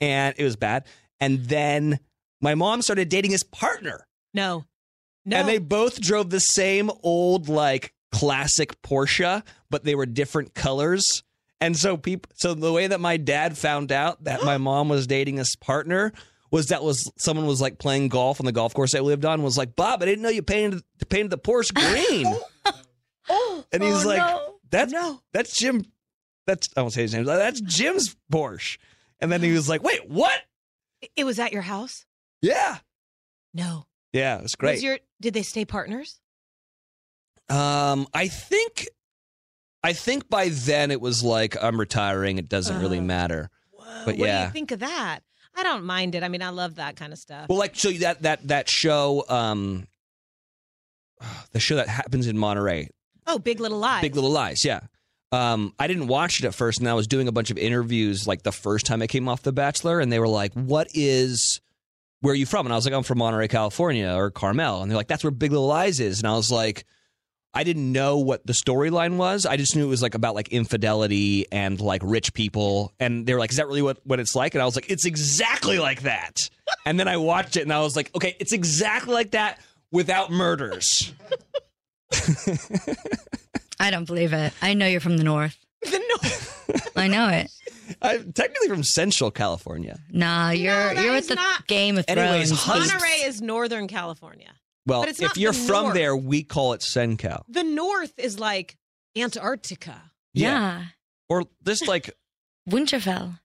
[SPEAKER 3] and it was bad. And then my mom started dating his partner,
[SPEAKER 5] No. No.
[SPEAKER 3] and they both drove the same old like classic Porsche, but they were different colors. And so people, so the way that my dad found out that my mom was dating his partner was that was someone was like playing golf on the golf course I lived on was like Bob, I didn't know you painted painted the Porsche green, and he's
[SPEAKER 5] Oh,
[SPEAKER 3] like,
[SPEAKER 5] no.
[SPEAKER 3] that's that's Jim, that's I won't say his name, that's Jim's Porsche, and then he was like, wait, what?
[SPEAKER 5] It was at your house?
[SPEAKER 3] Yeah,
[SPEAKER 5] No.
[SPEAKER 3] yeah, it's
[SPEAKER 5] Was
[SPEAKER 3] great.
[SPEAKER 5] your did they stay partners?
[SPEAKER 3] Um, I think, I think by then it was like I'm retiring. It doesn't really matter. but
[SPEAKER 5] Uh-huh. what do
[SPEAKER 3] yeah,
[SPEAKER 5] you think of that? I don't mind it. I mean, I love that kind of stuff.
[SPEAKER 3] well, like so that that that show, um, the show that happens in Monterey,
[SPEAKER 5] oh, Big Little Lies.
[SPEAKER 3] Big Little Lies. Yeah. Um, I didn't watch it at first, and I was doing a bunch of interviews like the first time I came off The Bachelor, and they were like, "What is? Where are you from?" And I was like, "I'm from Monterey, California, or Carmel," and they're like, "That's where Big Little Lies is," and I was like. I didn't know what the storyline was. I just knew it was like about like infidelity and like rich people. And they were like, is that really what, what it's like? And I was like, it's exactly like that. And then I watched it and I was like, okay, it's exactly like that without murders.
[SPEAKER 4] I don't believe it. I know you're from the north.
[SPEAKER 5] The north.
[SPEAKER 4] I know it.
[SPEAKER 3] I'm technically from Central California.
[SPEAKER 4] Nah, you're
[SPEAKER 5] that
[SPEAKER 4] you're
[SPEAKER 5] is
[SPEAKER 4] with the
[SPEAKER 5] not-
[SPEAKER 4] Game of
[SPEAKER 3] Anyways,
[SPEAKER 4] Thrones.
[SPEAKER 3] husband-
[SPEAKER 5] Monterey is Northern California.
[SPEAKER 3] Well,
[SPEAKER 5] But it's not
[SPEAKER 3] if you're
[SPEAKER 5] the
[SPEAKER 3] from
[SPEAKER 5] north.
[SPEAKER 3] there, we call it SenCal.
[SPEAKER 5] The North is like Antarctica.
[SPEAKER 3] Yeah. Or just like,
[SPEAKER 4] Winterfell.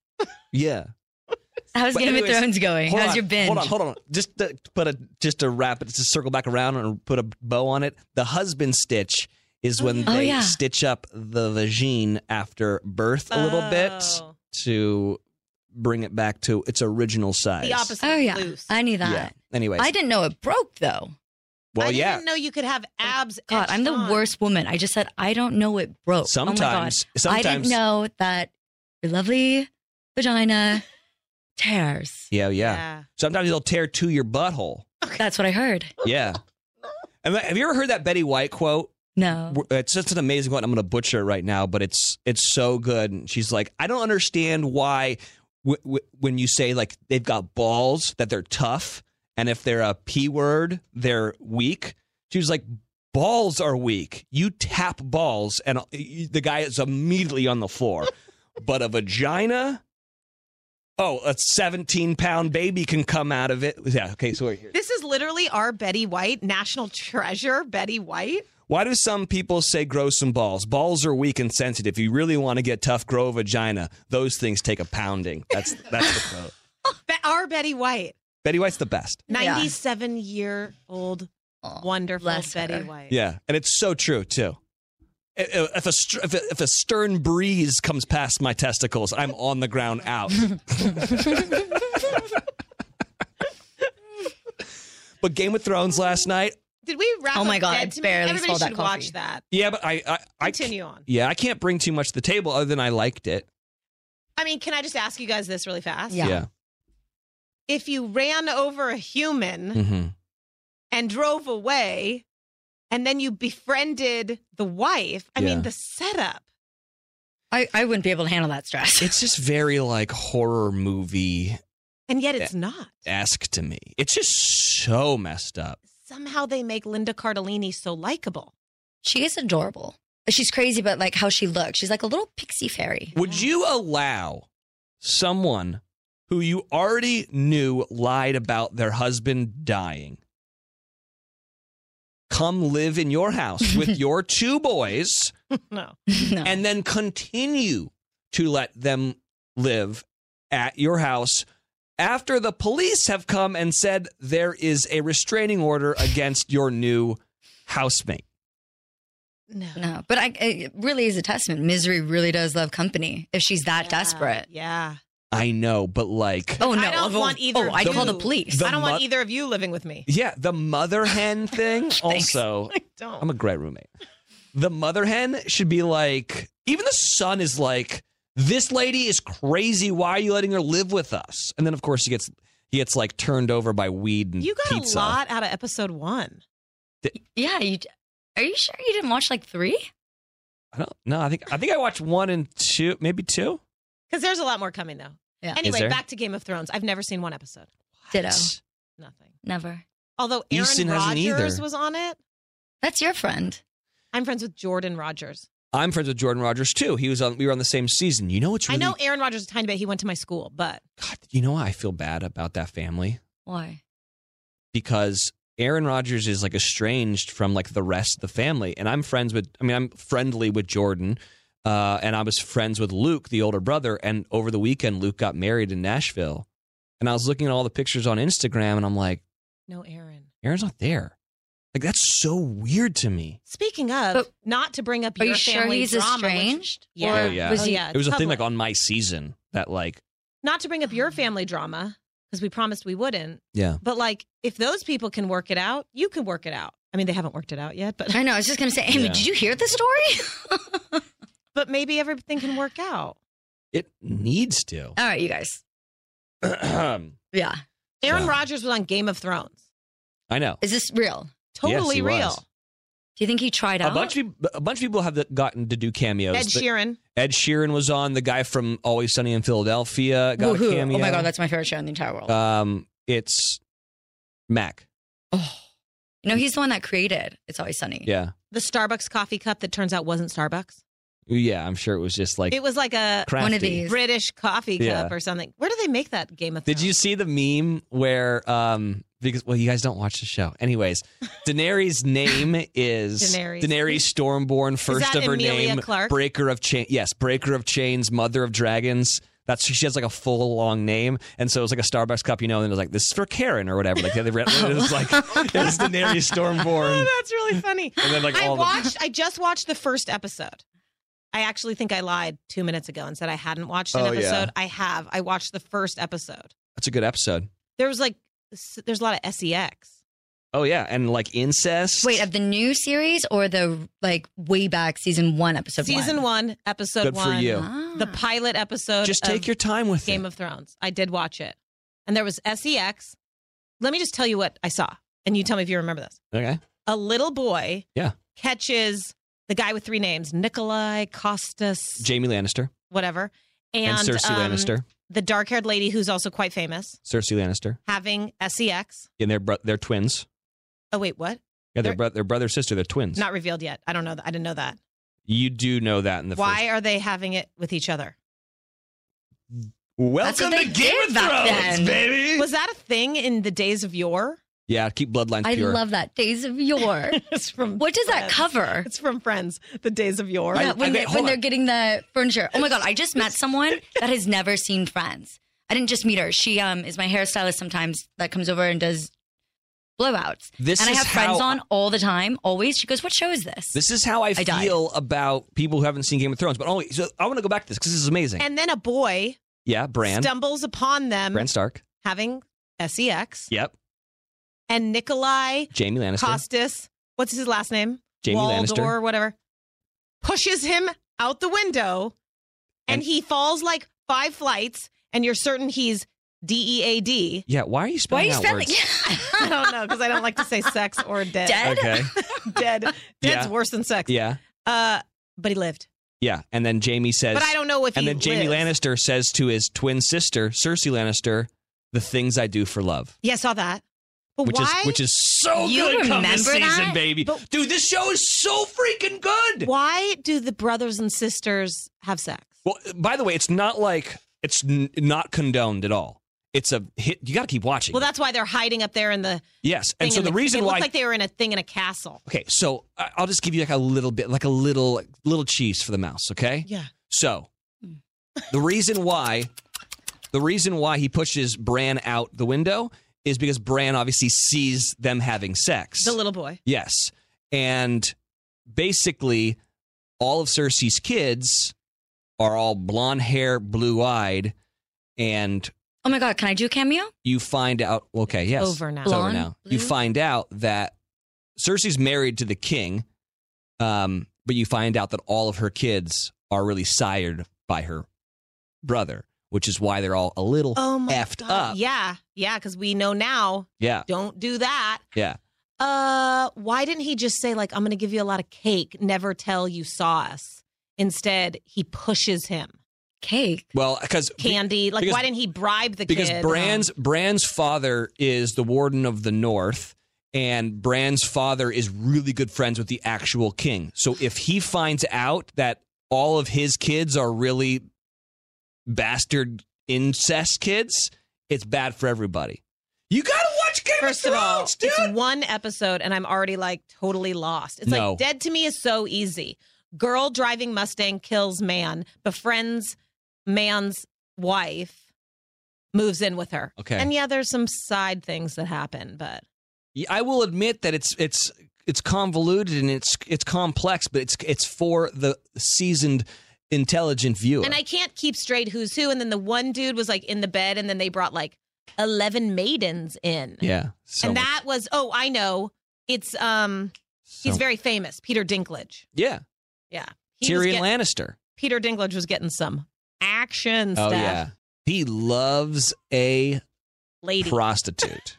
[SPEAKER 3] yeah.
[SPEAKER 4] How's
[SPEAKER 3] But
[SPEAKER 4] Game
[SPEAKER 3] anyways,
[SPEAKER 4] of Thrones going?
[SPEAKER 3] hold
[SPEAKER 4] How's
[SPEAKER 3] on,
[SPEAKER 4] your binge?
[SPEAKER 3] Hold on, hold on. Just to put a just to wrap it, to circle back around and put a bow on it. The husband stitch is when
[SPEAKER 4] Oh,
[SPEAKER 3] they
[SPEAKER 4] yeah.
[SPEAKER 3] stitch up the vagine after birth a little bit
[SPEAKER 4] Oh.
[SPEAKER 3] to bring it back to its original size.
[SPEAKER 4] Oh yeah, I knew that.
[SPEAKER 3] Anyways,
[SPEAKER 4] I didn't know it broke though.
[SPEAKER 3] Well,
[SPEAKER 5] I
[SPEAKER 3] yeah.
[SPEAKER 5] didn't know you could have abs.
[SPEAKER 4] Oh, God, I'm the worst woman. I just said I don't know it broke. oh my God.
[SPEAKER 3] Sometimes-
[SPEAKER 4] I didn't
[SPEAKER 3] sometimes-
[SPEAKER 4] know that your lovely vagina tears.
[SPEAKER 3] Yeah, yeah,
[SPEAKER 4] Yeah.
[SPEAKER 3] Sometimes they'll tear to your butthole.
[SPEAKER 4] That's what I heard.
[SPEAKER 3] Yeah. And Have you ever heard that Betty White quote?
[SPEAKER 4] No.
[SPEAKER 3] W- It's just an amazing quote. I'm going to butcher it right now, but it's it's so good. And she's like, I don't understand why w- w- when you say like they've got balls that they're tough, and if they're a p word, they're weak. She was like, balls are weak. You tap balls, and uh, y- the guy is immediately on the floor. but a vagina. Oh, a 17 pound baby can come out of it. Yeah. Okay. So wait, here.
[SPEAKER 5] This is literally our Betty White, national treasure, Betty White.
[SPEAKER 3] Why do some people say grow some balls? Balls are weak and sensitive. If you really want to get tough, grow a vagina. Those things take a pounding. That's that's the quote.
[SPEAKER 5] Be- our Betty White,
[SPEAKER 3] Betty White's the best.
[SPEAKER 5] 97 year old, wonderful Betty White.
[SPEAKER 3] Yeah, and it's so true too. I- I- If a str- if a, if a stern breeze comes past my testicles, I'm on the ground out. but Game of Thrones last night.
[SPEAKER 5] Did we wrap
[SPEAKER 4] Oh
[SPEAKER 5] up
[SPEAKER 4] my God,
[SPEAKER 5] Dead
[SPEAKER 4] I
[SPEAKER 5] to Me?
[SPEAKER 4] barely
[SPEAKER 5] Everybody
[SPEAKER 4] swallowed that
[SPEAKER 5] should
[SPEAKER 4] coffee.
[SPEAKER 5] watch that.
[SPEAKER 3] Yeah, but I I, I
[SPEAKER 5] Continue on.
[SPEAKER 3] yeah I can't bring too much to the table other than I liked it.
[SPEAKER 5] I mean, can I just ask you guys this really fast?
[SPEAKER 3] yeah.
[SPEAKER 5] If you ran over a human
[SPEAKER 3] Mm-hmm.
[SPEAKER 5] and drove away and then you befriended the wife, I
[SPEAKER 3] Yeah.
[SPEAKER 5] mean, the setup.
[SPEAKER 4] I, I wouldn't be able to handle that stress.
[SPEAKER 3] It's just very like horror movie
[SPEAKER 5] And yet it's not.
[SPEAKER 3] esque to me. It's just so messed up.
[SPEAKER 5] Somehow they make Linda Cardellini so likable.
[SPEAKER 4] She is adorable. She's crazy, but like how she looks. She's like a little pixie fairy.
[SPEAKER 3] Would you allow someone who you already knew lied about their husband dying come live in your house with your two boys
[SPEAKER 5] no.
[SPEAKER 3] and then continue to let them live at your house after the police have come and said there is a restraining order against your new housemate?
[SPEAKER 5] No.
[SPEAKER 4] No. But I, it really is a testament. Misery really does love company if she's that desperate.
[SPEAKER 5] Yeah.
[SPEAKER 3] I know, but like
[SPEAKER 4] Oh, no.
[SPEAKER 5] I don't
[SPEAKER 4] oh,
[SPEAKER 5] want either.
[SPEAKER 4] Oh,
[SPEAKER 5] of
[SPEAKER 4] I'd
[SPEAKER 5] you.
[SPEAKER 4] call the police.
[SPEAKER 3] The
[SPEAKER 5] I don't
[SPEAKER 3] mo-
[SPEAKER 5] want either of you living with me.
[SPEAKER 3] Yeah, the mother hen thing also.
[SPEAKER 5] don't.
[SPEAKER 3] I'm a great roommate. The mother hen should be like, even the son is like, this lady is crazy. Why are you letting her live with us? And then of course he gets he gets like turned over by weed and
[SPEAKER 5] You got
[SPEAKER 3] Mm,
[SPEAKER 5] a
[SPEAKER 3] pizza.
[SPEAKER 5] lot out of episode one.
[SPEAKER 4] Yeah. You, are you sure you didn't watch like three?
[SPEAKER 3] I don't no, I think I think I watched one and two, maybe two.
[SPEAKER 5] Because there's a lot more coming though.
[SPEAKER 4] Yeah.
[SPEAKER 3] Is
[SPEAKER 5] Anyway,
[SPEAKER 3] there?
[SPEAKER 5] back to Game of Thrones. I've never seen one episode.
[SPEAKER 4] Ditto.
[SPEAKER 5] Nothing.
[SPEAKER 4] Never.
[SPEAKER 5] Although Aaron
[SPEAKER 3] Easton hasn't either.
[SPEAKER 5] Rodgers was on it.
[SPEAKER 4] That's your friend.
[SPEAKER 5] I'm friends with Jordan Rodgers.
[SPEAKER 3] I'm friends with Jordan Rogers too. He was on we were on the same season. You know what's really
[SPEAKER 5] I know Aaron Rodgers a tiny bit. He went to my school, but
[SPEAKER 3] you know what I feel bad about that family?
[SPEAKER 4] Why?
[SPEAKER 3] because Aaron Rodgers is like estranged from like the rest of the family. And I'm friends with, I mean, I'm friendly with Jordan. Uh, and I was friends with Luke, the older brother. And over the weekend, Luke got married in Nashville. And I was looking at all the pictures on Instagram and I'm like,
[SPEAKER 5] no Aaron.
[SPEAKER 3] Aaron's not there. Like, that's so weird to me.
[SPEAKER 5] Speaking of, not to bring up
[SPEAKER 4] Are
[SPEAKER 5] your
[SPEAKER 4] you sure
[SPEAKER 5] family
[SPEAKER 4] he's
[SPEAKER 5] drama, which-
[SPEAKER 4] estranged?
[SPEAKER 5] yeah.
[SPEAKER 3] Oh, yeah.
[SPEAKER 4] was he-
[SPEAKER 5] yeah,
[SPEAKER 3] it was a thing like
[SPEAKER 5] public.
[SPEAKER 3] on my season that, like,
[SPEAKER 5] not to bring up your family drama because we promised we wouldn't.
[SPEAKER 3] yeah.
[SPEAKER 5] But like, if those people can work it out, you can work it out. I mean, they haven't worked it out yet, but
[SPEAKER 4] I know. I was just going to say, Amy,
[SPEAKER 3] Yeah.
[SPEAKER 4] did you hear the story?
[SPEAKER 5] but maybe everything can work out.
[SPEAKER 3] It needs to.
[SPEAKER 4] All right, you guys.
[SPEAKER 3] I
[SPEAKER 4] Yeah.
[SPEAKER 5] Aaron
[SPEAKER 3] Yeah.
[SPEAKER 5] Rodgers was on Game of Thrones.
[SPEAKER 3] know.
[SPEAKER 4] Is this real?
[SPEAKER 5] Totally
[SPEAKER 3] he was.
[SPEAKER 5] real.
[SPEAKER 4] Do you think he tried out?
[SPEAKER 3] A bunch, of, peop- a bunch of people have gotten to do cameos.
[SPEAKER 5] Ed
[SPEAKER 3] but-
[SPEAKER 5] Sheeran.
[SPEAKER 3] Ed Sheeran was on. The guy from Always Sunny in Philadelphia got
[SPEAKER 4] Woohoo.
[SPEAKER 3] a cameo.
[SPEAKER 4] Oh my god, that's my favorite show in the entire world.
[SPEAKER 3] um, it's Mac.
[SPEAKER 4] you know, he's the one that created It's Always Sunny.
[SPEAKER 3] Yeah,
[SPEAKER 5] The Starbucks coffee cup that turns out wasn't Starbucks.
[SPEAKER 3] yeah. I'm sure it was just like.
[SPEAKER 5] it was like a
[SPEAKER 3] Crafty. One of these.
[SPEAKER 5] British coffee cup
[SPEAKER 3] Yeah.
[SPEAKER 5] or something. Where do they make that Game of Thrones?
[SPEAKER 3] Did you see the meme where um because well you guys don't watch the show anyways. Daenerys' name is
[SPEAKER 5] Daenerys.
[SPEAKER 3] Stormborn, first
[SPEAKER 5] that
[SPEAKER 3] of her
[SPEAKER 5] Emilia
[SPEAKER 3] name,
[SPEAKER 5] Clarke?
[SPEAKER 3] breaker of chain. Yes, breaker of chains, mother of dragons. That's she has like a full long name, and so it was like a Starbucks cup, you know. And it was like this is for Karen or whatever. Like the other, it was like it was Daenerys Stormborn.
[SPEAKER 5] Oh, that's really funny.
[SPEAKER 3] And then, like,
[SPEAKER 5] I
[SPEAKER 3] all the-
[SPEAKER 5] watched. I just watched the first episode. I actually think I lied two minutes ago and said I hadn't watched an
[SPEAKER 3] Oh, yeah.
[SPEAKER 5] episode. I have. I watched the first episode.
[SPEAKER 3] That's a good episode.
[SPEAKER 5] E There was like, s- there's a lot of sex.
[SPEAKER 3] Oh yeah, and like incest.
[SPEAKER 4] Wait, of the new series or the like way back season one episode
[SPEAKER 5] Season one, episode
[SPEAKER 3] Good for
[SPEAKER 5] one.
[SPEAKER 3] you.
[SPEAKER 5] The pilot episode.
[SPEAKER 3] Just take
[SPEAKER 5] of
[SPEAKER 3] your time with
[SPEAKER 5] Game of Thrones. I did watch it, and there was
[SPEAKER 4] E
[SPEAKER 5] sex. Let me just tell you what I saw, and you tell me if you remember this.
[SPEAKER 3] Okay.
[SPEAKER 5] A little boy
[SPEAKER 3] Yeah.
[SPEAKER 5] catches the guy with three names: Nikolai, Costas,
[SPEAKER 3] Jamie Lannister
[SPEAKER 5] whatever,
[SPEAKER 3] and,
[SPEAKER 5] and,
[SPEAKER 3] Cersei
[SPEAKER 5] um,
[SPEAKER 3] Lannister.
[SPEAKER 5] the dark-haired lady who's also quite famous,
[SPEAKER 3] Cersei Lannister.
[SPEAKER 5] having E sex.
[SPEAKER 3] And they're bro- they're twins.
[SPEAKER 5] Oh wait, what?
[SPEAKER 3] Yeah, they're, bro- they're brother sister. They're twins.
[SPEAKER 5] Not revealed yet. I don't know. That. Oh, I didn't know that.
[SPEAKER 3] You do know that in the
[SPEAKER 5] Why are they having it with each other?
[SPEAKER 3] first. Welcome to Game of Thrones, baby.
[SPEAKER 5] Was that a thing in the days of yore?
[SPEAKER 3] Yeah, keep bloodlines
[SPEAKER 4] I
[SPEAKER 3] pure.
[SPEAKER 4] love that Days of Yore.
[SPEAKER 5] it's from
[SPEAKER 4] what does that cover?
[SPEAKER 5] It's from Friends, the Days of Yore.
[SPEAKER 4] Yeah, when, they, when they're getting the furniture. Oh my god, I just met someone that has never seen Friends. I didn't just meet her. She um is my hairstylist sometimes that comes over and does blowouts.
[SPEAKER 3] This
[SPEAKER 4] and I
[SPEAKER 3] is
[SPEAKER 4] have friends
[SPEAKER 3] how-
[SPEAKER 4] on all the time, always. She goes, "What show is this?"
[SPEAKER 3] This is how I,
[SPEAKER 4] I died.
[SPEAKER 3] feel about people who haven't seen Game of Thrones. But oh, so I want to go back to this because this is amazing.
[SPEAKER 5] and then a boy
[SPEAKER 3] yeah, Bran.
[SPEAKER 5] stumbles upon them
[SPEAKER 3] Bran Stark.
[SPEAKER 5] having sex,
[SPEAKER 3] Yep.
[SPEAKER 5] and Nikolai
[SPEAKER 3] Jamie Lannister.
[SPEAKER 5] Costas, what's his last name?
[SPEAKER 3] Jamie
[SPEAKER 5] Waldor,
[SPEAKER 3] Lannister.
[SPEAKER 5] or whatever, pushes him out the window, and, he falls like five flights. And you're certain he's D E A D.
[SPEAKER 3] Yeah. Why are you spelling out words?
[SPEAKER 5] I don't know because I don't like to say sex or dead.
[SPEAKER 4] Dead?
[SPEAKER 3] Okay.
[SPEAKER 5] dead. Dead's
[SPEAKER 3] Yeah.
[SPEAKER 5] worse than sex.
[SPEAKER 3] yeah.
[SPEAKER 5] Uh, but he lived.
[SPEAKER 3] Yeah. And then Jamie says.
[SPEAKER 5] But I don't know if
[SPEAKER 3] And
[SPEAKER 5] he
[SPEAKER 3] then Jamie
[SPEAKER 5] lives.
[SPEAKER 3] Lannister says to his twin sister Cersei Lannister, "The things I do for love."
[SPEAKER 5] Yeah, I saw that. But
[SPEAKER 3] which
[SPEAKER 5] why?
[SPEAKER 3] is which is so
[SPEAKER 5] You
[SPEAKER 3] good come this
[SPEAKER 5] remember that?
[SPEAKER 3] season, baby. Dude, this show is so freaking good.
[SPEAKER 5] Why do the brothers and sisters have sex?
[SPEAKER 3] Well, by the way, it's not like it's n- not condoned at all. It's a hit. You got to keep watching.
[SPEAKER 5] Well, that's why they're hiding up there in the.
[SPEAKER 3] yes, and
[SPEAKER 5] thing
[SPEAKER 3] so
[SPEAKER 5] in
[SPEAKER 3] the, reason
[SPEAKER 5] it
[SPEAKER 3] why.
[SPEAKER 5] looked like they were in a thing in a castle.
[SPEAKER 3] okay, so I- I'll just give you like a little bit, like a little, like, little cheese for the mouse. Okay.
[SPEAKER 5] Yeah.
[SPEAKER 3] So the reason why, the reason why he pushes Bran out the window is because Bran obviously sees them having sex.
[SPEAKER 5] The little boy.
[SPEAKER 3] Yes. And basically, all of Cersei's kids are all blonde hair, blue eyed, and
[SPEAKER 4] oh my god, can I do a cameo?
[SPEAKER 3] you find out. Okay, yes.
[SPEAKER 4] Over now.
[SPEAKER 3] It's over
[SPEAKER 4] Blonde,
[SPEAKER 3] now.
[SPEAKER 4] blue?
[SPEAKER 3] You find out that Cersei's married to the king, um, but you find out that all of her kids are really sired by her brother, which is why they're all a little
[SPEAKER 5] Oh my
[SPEAKER 3] effed
[SPEAKER 5] god.
[SPEAKER 3] up.
[SPEAKER 5] Yeah, yeah, because we know now.
[SPEAKER 3] Uh, Yeah.
[SPEAKER 5] Don't do that.
[SPEAKER 3] Yeah.
[SPEAKER 5] Uh, why didn't he just say like, "I'm going to give you a lot of cake. Never tell you saw us." Instead, he pushes him
[SPEAKER 4] cake,
[SPEAKER 3] Well, because
[SPEAKER 5] candy. Like,
[SPEAKER 3] because-
[SPEAKER 5] why didn't he bribe the
[SPEAKER 3] because
[SPEAKER 5] kid?
[SPEAKER 3] Bran's Bran's father is the warden of the North, and Bran's father is really good friends with the actual king. So if he finds out that all of his kids are really bastard incest kids, it's bad for everybody. You gotta watch Game
[SPEAKER 5] First
[SPEAKER 3] of
[SPEAKER 5] of all,
[SPEAKER 3] Thrones, dude.
[SPEAKER 5] it's one episode, and I'm already like totally lost. It's
[SPEAKER 3] No.
[SPEAKER 5] like dead to me is so easy. E Girl driving Mustang kills man, befriends man's wife, moves in with her.
[SPEAKER 3] Okay.
[SPEAKER 5] and yeah, there's some side things that happen, but
[SPEAKER 3] Yeah, I will admit that it's it's it's convoluted and it's it's complex, but it's it's for the seasoned, intelligent viewer.
[SPEAKER 5] and I can't keep straight who's who. And then the one dude was like in the bed, and then they brought like eleven maidens in.
[SPEAKER 3] yeah, so
[SPEAKER 5] and
[SPEAKER 3] much-
[SPEAKER 5] that was oh, I know. It's um, he's
[SPEAKER 3] So-
[SPEAKER 5] very famous, Peter Dinklage.
[SPEAKER 3] yeah,
[SPEAKER 5] Yeah, He was
[SPEAKER 3] Tyrion
[SPEAKER 5] get-
[SPEAKER 3] Lannister.
[SPEAKER 5] Peter Dinklage was getting some action stuff.
[SPEAKER 3] Oh yeah, he loves a
[SPEAKER 5] Lady.
[SPEAKER 3] prostitute.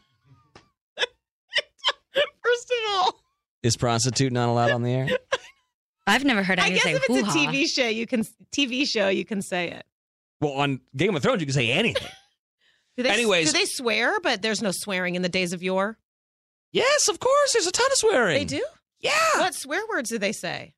[SPEAKER 5] First of all,
[SPEAKER 3] Is prostitute not allowed on the air?
[SPEAKER 4] I've never heard
[SPEAKER 5] I guess
[SPEAKER 4] anything.
[SPEAKER 5] if it's a TV show, you can TV show you can say it.
[SPEAKER 3] Well, on Game of Thrones, you can say anything.
[SPEAKER 5] Do they,
[SPEAKER 3] Anyways.
[SPEAKER 5] do they swear? But there's no swearing in the days of yore.
[SPEAKER 3] yes, of course. There's a ton of swearing.
[SPEAKER 5] They do.
[SPEAKER 3] Yeah.
[SPEAKER 5] What swear words do they say?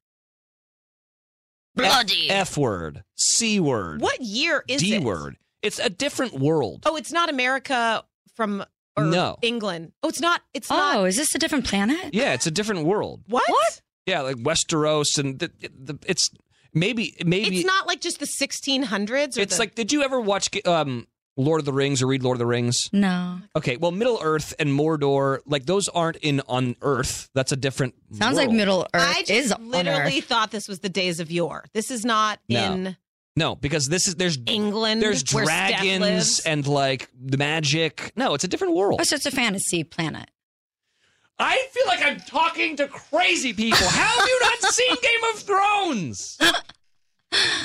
[SPEAKER 3] Bloody F word, C word,
[SPEAKER 5] What year is
[SPEAKER 3] D
[SPEAKER 5] it?
[SPEAKER 3] word. It's a different world.
[SPEAKER 5] Oh, it's not America from or
[SPEAKER 3] No.
[SPEAKER 5] England. Oh, it's not. It's not.
[SPEAKER 4] Oh, is this a different planet?
[SPEAKER 3] Yeah, it's a different world.
[SPEAKER 5] What?
[SPEAKER 3] Yeah, like Westeros and the, the it's maybe maybe
[SPEAKER 5] It's not like just the 1600s. Or
[SPEAKER 3] it's
[SPEAKER 5] the-
[SPEAKER 3] like did you ever watch um Lord of the Rings or read Lord of the Rings?
[SPEAKER 4] No.
[SPEAKER 3] Okay, well, Middle Earth and Mordor, like those aren't in on Earth. That's a different.
[SPEAKER 4] Sounds like
[SPEAKER 3] world.
[SPEAKER 4] Middle Earth
[SPEAKER 5] I just
[SPEAKER 4] is on
[SPEAKER 5] literally
[SPEAKER 4] Earth.
[SPEAKER 5] thought this was the days of yore. This is not
[SPEAKER 3] No.
[SPEAKER 5] in
[SPEAKER 3] No, because this is there's
[SPEAKER 5] England.
[SPEAKER 3] there's
[SPEAKER 5] where Steph lives.
[SPEAKER 3] dragons and like the magic. No, it's a different world.
[SPEAKER 4] Oh, so it's a fantasy planet.
[SPEAKER 3] I feel like I'm talking to crazy people. How have you not seen Game of Thrones?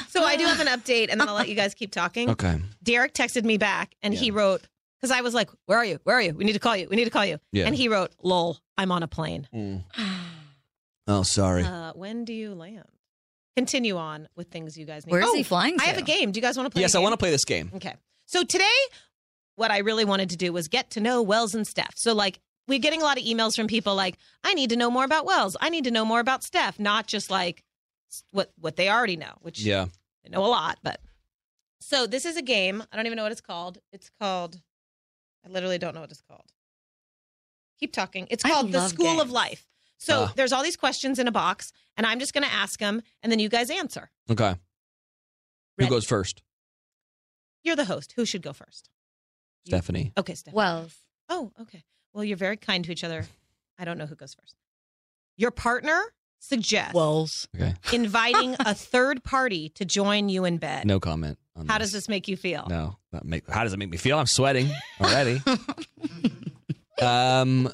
[SPEAKER 5] So I do have an update, and then I'll let you guys keep talking.
[SPEAKER 3] Okay.
[SPEAKER 5] Derek texted me back, and he wrote because I was like, "Where are you? Where are you? We need to call you. We need to call you."
[SPEAKER 3] Yeah. Hmm.
[SPEAKER 5] And he wrote, "Lol, I'm on a plane."
[SPEAKER 3] Oh, sorry.
[SPEAKER 5] Uh, when do you land? Continue on with things you guys need.
[SPEAKER 3] Where is
[SPEAKER 5] Oh,
[SPEAKER 3] he flying
[SPEAKER 5] I have
[SPEAKER 3] to?
[SPEAKER 5] a game. Do you guys want to play?
[SPEAKER 3] yes,
[SPEAKER 5] a
[SPEAKER 3] I
[SPEAKER 5] game?
[SPEAKER 3] want to play this game.
[SPEAKER 5] Okay. So today, what I really wanted to do was get to know Wells and Steph. So, like, we're getting a lot of emails from people like, I need to know more about Wells. I need to know more about Steph, not just like s- what what they already know, which
[SPEAKER 3] Yeah.
[SPEAKER 5] they know a lot. But so this is a game. I don't even know what it's called. It's called, I literally don't know what it's called. Keep talking. It's
[SPEAKER 4] I
[SPEAKER 5] called The
[SPEAKER 4] love
[SPEAKER 5] School of
[SPEAKER 4] games.
[SPEAKER 5] Life. So
[SPEAKER 3] Ah.
[SPEAKER 5] there's all these questions in a box, and I'm just going to ask them, and then you guys answer.
[SPEAKER 3] Okay. Who goes first?
[SPEAKER 5] You're the host. Who should go first?
[SPEAKER 3] Stephanie.
[SPEAKER 5] Okay, Steph.
[SPEAKER 4] Wells.
[SPEAKER 5] Oh, okay. Well, you're very kind to each other. I don't know who goes first. Your partner suggests
[SPEAKER 4] Wells
[SPEAKER 3] Okay.
[SPEAKER 5] inviting a third party to join you in bed.
[SPEAKER 3] No comment. On
[SPEAKER 5] How
[SPEAKER 3] this.
[SPEAKER 5] does this make you feel?
[SPEAKER 3] No. That make, how does it make me feel? I'm sweating already. um,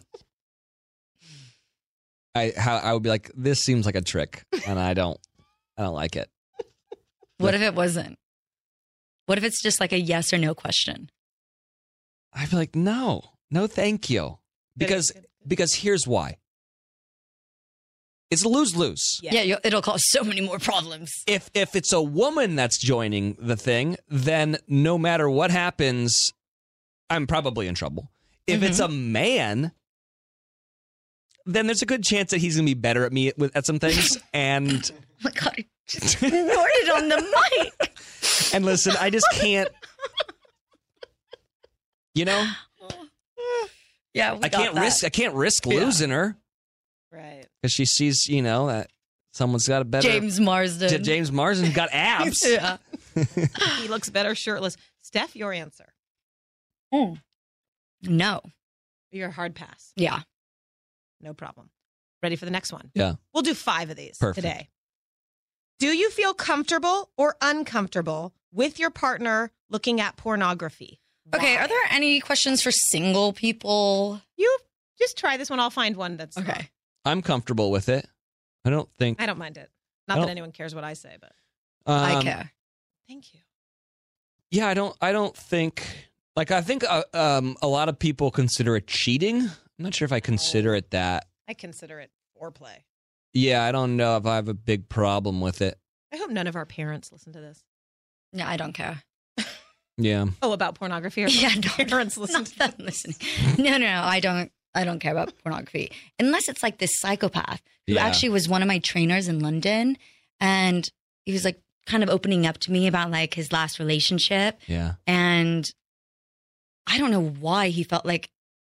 [SPEAKER 3] I how I would be like, this seems like a trick, and I don't, I don't like it.
[SPEAKER 4] What if it wasn't? What if it's just like a yes or no question?
[SPEAKER 3] I'd be like, no, no, thank you, because because here's why. It's lose lose.
[SPEAKER 4] Yeah, you it'll cause so many more problems.
[SPEAKER 3] If if it's a woman that's joining the thing, then no matter what happens, I'm probably in trouble. If it's a man, then there's a good chance that he's gonna be better at me at, at some things. and
[SPEAKER 4] my god, I just snorted on the mic.
[SPEAKER 3] and listen, I just can't. You know,
[SPEAKER 4] Yeah, we
[SPEAKER 3] I
[SPEAKER 4] got
[SPEAKER 3] can't
[SPEAKER 4] that.
[SPEAKER 3] risk. I can't risk
[SPEAKER 4] Yeah.
[SPEAKER 3] losing her
[SPEAKER 5] Right.
[SPEAKER 3] because she sees, you know, that someone's got a better
[SPEAKER 4] James Marsden.
[SPEAKER 3] J- James Marsden's got abs.
[SPEAKER 4] yeah.
[SPEAKER 5] he looks better shirtless. Steph, your answer.
[SPEAKER 4] No.
[SPEAKER 5] Your hard pass.
[SPEAKER 4] Yeah.
[SPEAKER 5] No problem. Ready for the next one?
[SPEAKER 3] Yeah.
[SPEAKER 5] We'll do five of these
[SPEAKER 3] Perfect.
[SPEAKER 5] today. Do you feel comfortable or uncomfortable with your partner looking at pornography?
[SPEAKER 4] Okay, are there any questions for single people?
[SPEAKER 5] You just try this one. I'll find one that's okay.
[SPEAKER 3] I'm comfortable with it. I don't think
[SPEAKER 5] I don't mind it.
[SPEAKER 3] I
[SPEAKER 5] Not that
[SPEAKER 3] don't-
[SPEAKER 5] anyone cares what I say, but
[SPEAKER 3] um,
[SPEAKER 5] thank you.
[SPEAKER 3] Yeah, I don't. I don't think. Like, I think uh, um, a lot of people consider it cheating. I'm not sure if I consider it that.
[SPEAKER 5] I consider it foreplay.
[SPEAKER 3] Yeah, I don't know if I have a big problem with it.
[SPEAKER 5] I hope none of our parents listen to this.
[SPEAKER 4] No, I don't care.
[SPEAKER 3] Yeah.
[SPEAKER 5] Oh, about pornography? Or
[SPEAKER 4] Yeah,
[SPEAKER 5] yeah, parents listen
[SPEAKER 4] Not that I'm listening. No, no, no, I don't. I don't care about pornography unless it's like this psychopath who
[SPEAKER 8] Yeah.
[SPEAKER 4] actually was one of my trainers in London, and he was like kind of opening up to me about like his last relationship,
[SPEAKER 3] Yeah.
[SPEAKER 4] and I don't know why he felt like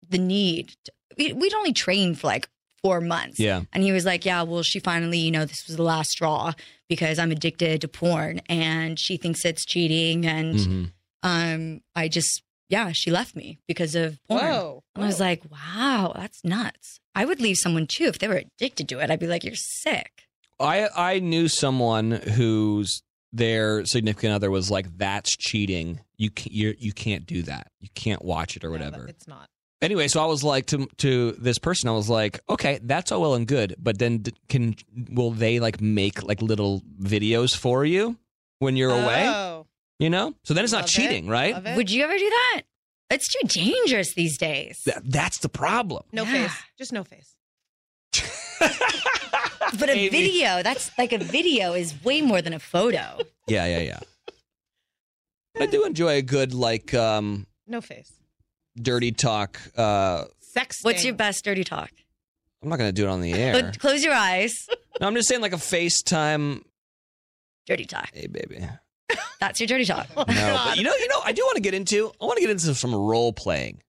[SPEAKER 4] the need. To, we, we'd only trained for like four months.
[SPEAKER 3] Yeah.
[SPEAKER 4] And he was like, Yeah, well, she finally, you know, this was the last straw because I'm addicted to porn and she thinks it's cheating. And
[SPEAKER 3] Mhm.
[SPEAKER 4] um, I just, yeah, she left me because of porn.
[SPEAKER 5] Whoa,
[SPEAKER 4] And I was like, Wow, that's nuts. I would leave someone too if they were addicted to it. I'd be like, You're sick.
[SPEAKER 3] I I knew someone whose their significant other was like, "That's cheating. You can't, you're, you can't do that. You can't watch it or whatever."
[SPEAKER 5] It's not.
[SPEAKER 3] anyway, so I was like to to this person, I was like, okay, that's all well and good, but then d- can will they like make like little videos for you when you're away?
[SPEAKER 5] Oh.
[SPEAKER 3] You know, so then it's not cheating, right?
[SPEAKER 4] Would you ever do that? It's too dangerous these days.
[SPEAKER 3] Th- that's the problem.
[SPEAKER 5] No
[SPEAKER 4] Yeah.
[SPEAKER 5] face. Just no face.
[SPEAKER 4] But a
[SPEAKER 3] Amy.
[SPEAKER 4] video, that's like a video is way more than a photo.
[SPEAKER 3] Yeah, yeah, yeah. but I do enjoy a good like um
[SPEAKER 5] No face.
[SPEAKER 3] dirty talk. Uh
[SPEAKER 5] Sex.
[SPEAKER 4] What's your best dirty talk?
[SPEAKER 3] I'm not gonna do it on the air.
[SPEAKER 4] But close your eyes.
[SPEAKER 3] No, I'm just saying like a FaceTime.
[SPEAKER 4] Dirty talk.
[SPEAKER 3] Hey, baby.
[SPEAKER 4] That's your dirty talk.
[SPEAKER 3] No, but you know, you know, I do want to get into. I want to get into some role playing.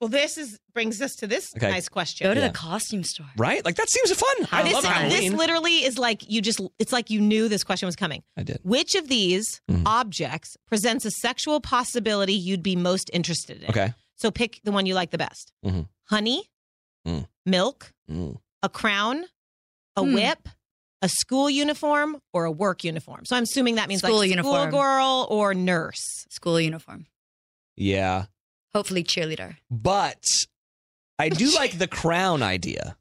[SPEAKER 5] Well, this is brings us to this
[SPEAKER 3] Okay.
[SPEAKER 5] nice question.
[SPEAKER 3] Go to the Yeah.
[SPEAKER 4] costume store.
[SPEAKER 3] Right? Like that seems fun. I
[SPEAKER 5] this,
[SPEAKER 3] love
[SPEAKER 5] this
[SPEAKER 3] Halloween.
[SPEAKER 5] literally is like you just it's like you knew this question was coming.
[SPEAKER 3] I did. Mm-hmm.
[SPEAKER 5] Which of these objects presents a sexual possibility you'd be most interested in?
[SPEAKER 3] okay.
[SPEAKER 5] So pick the one you like the best.
[SPEAKER 3] Mhm.
[SPEAKER 5] Honey,
[SPEAKER 3] Mm.
[SPEAKER 5] milk,
[SPEAKER 3] Mm.
[SPEAKER 5] a crown, a
[SPEAKER 4] Hmm.
[SPEAKER 5] whip, a school uniform, or a work uniform. So I'm assuming that means
[SPEAKER 4] School
[SPEAKER 5] like
[SPEAKER 4] uniform.
[SPEAKER 5] schoolgirl or nurse.
[SPEAKER 4] School uniform.
[SPEAKER 3] Yeah,
[SPEAKER 4] Hopefully cheerleader.
[SPEAKER 3] but I do like the crown idea.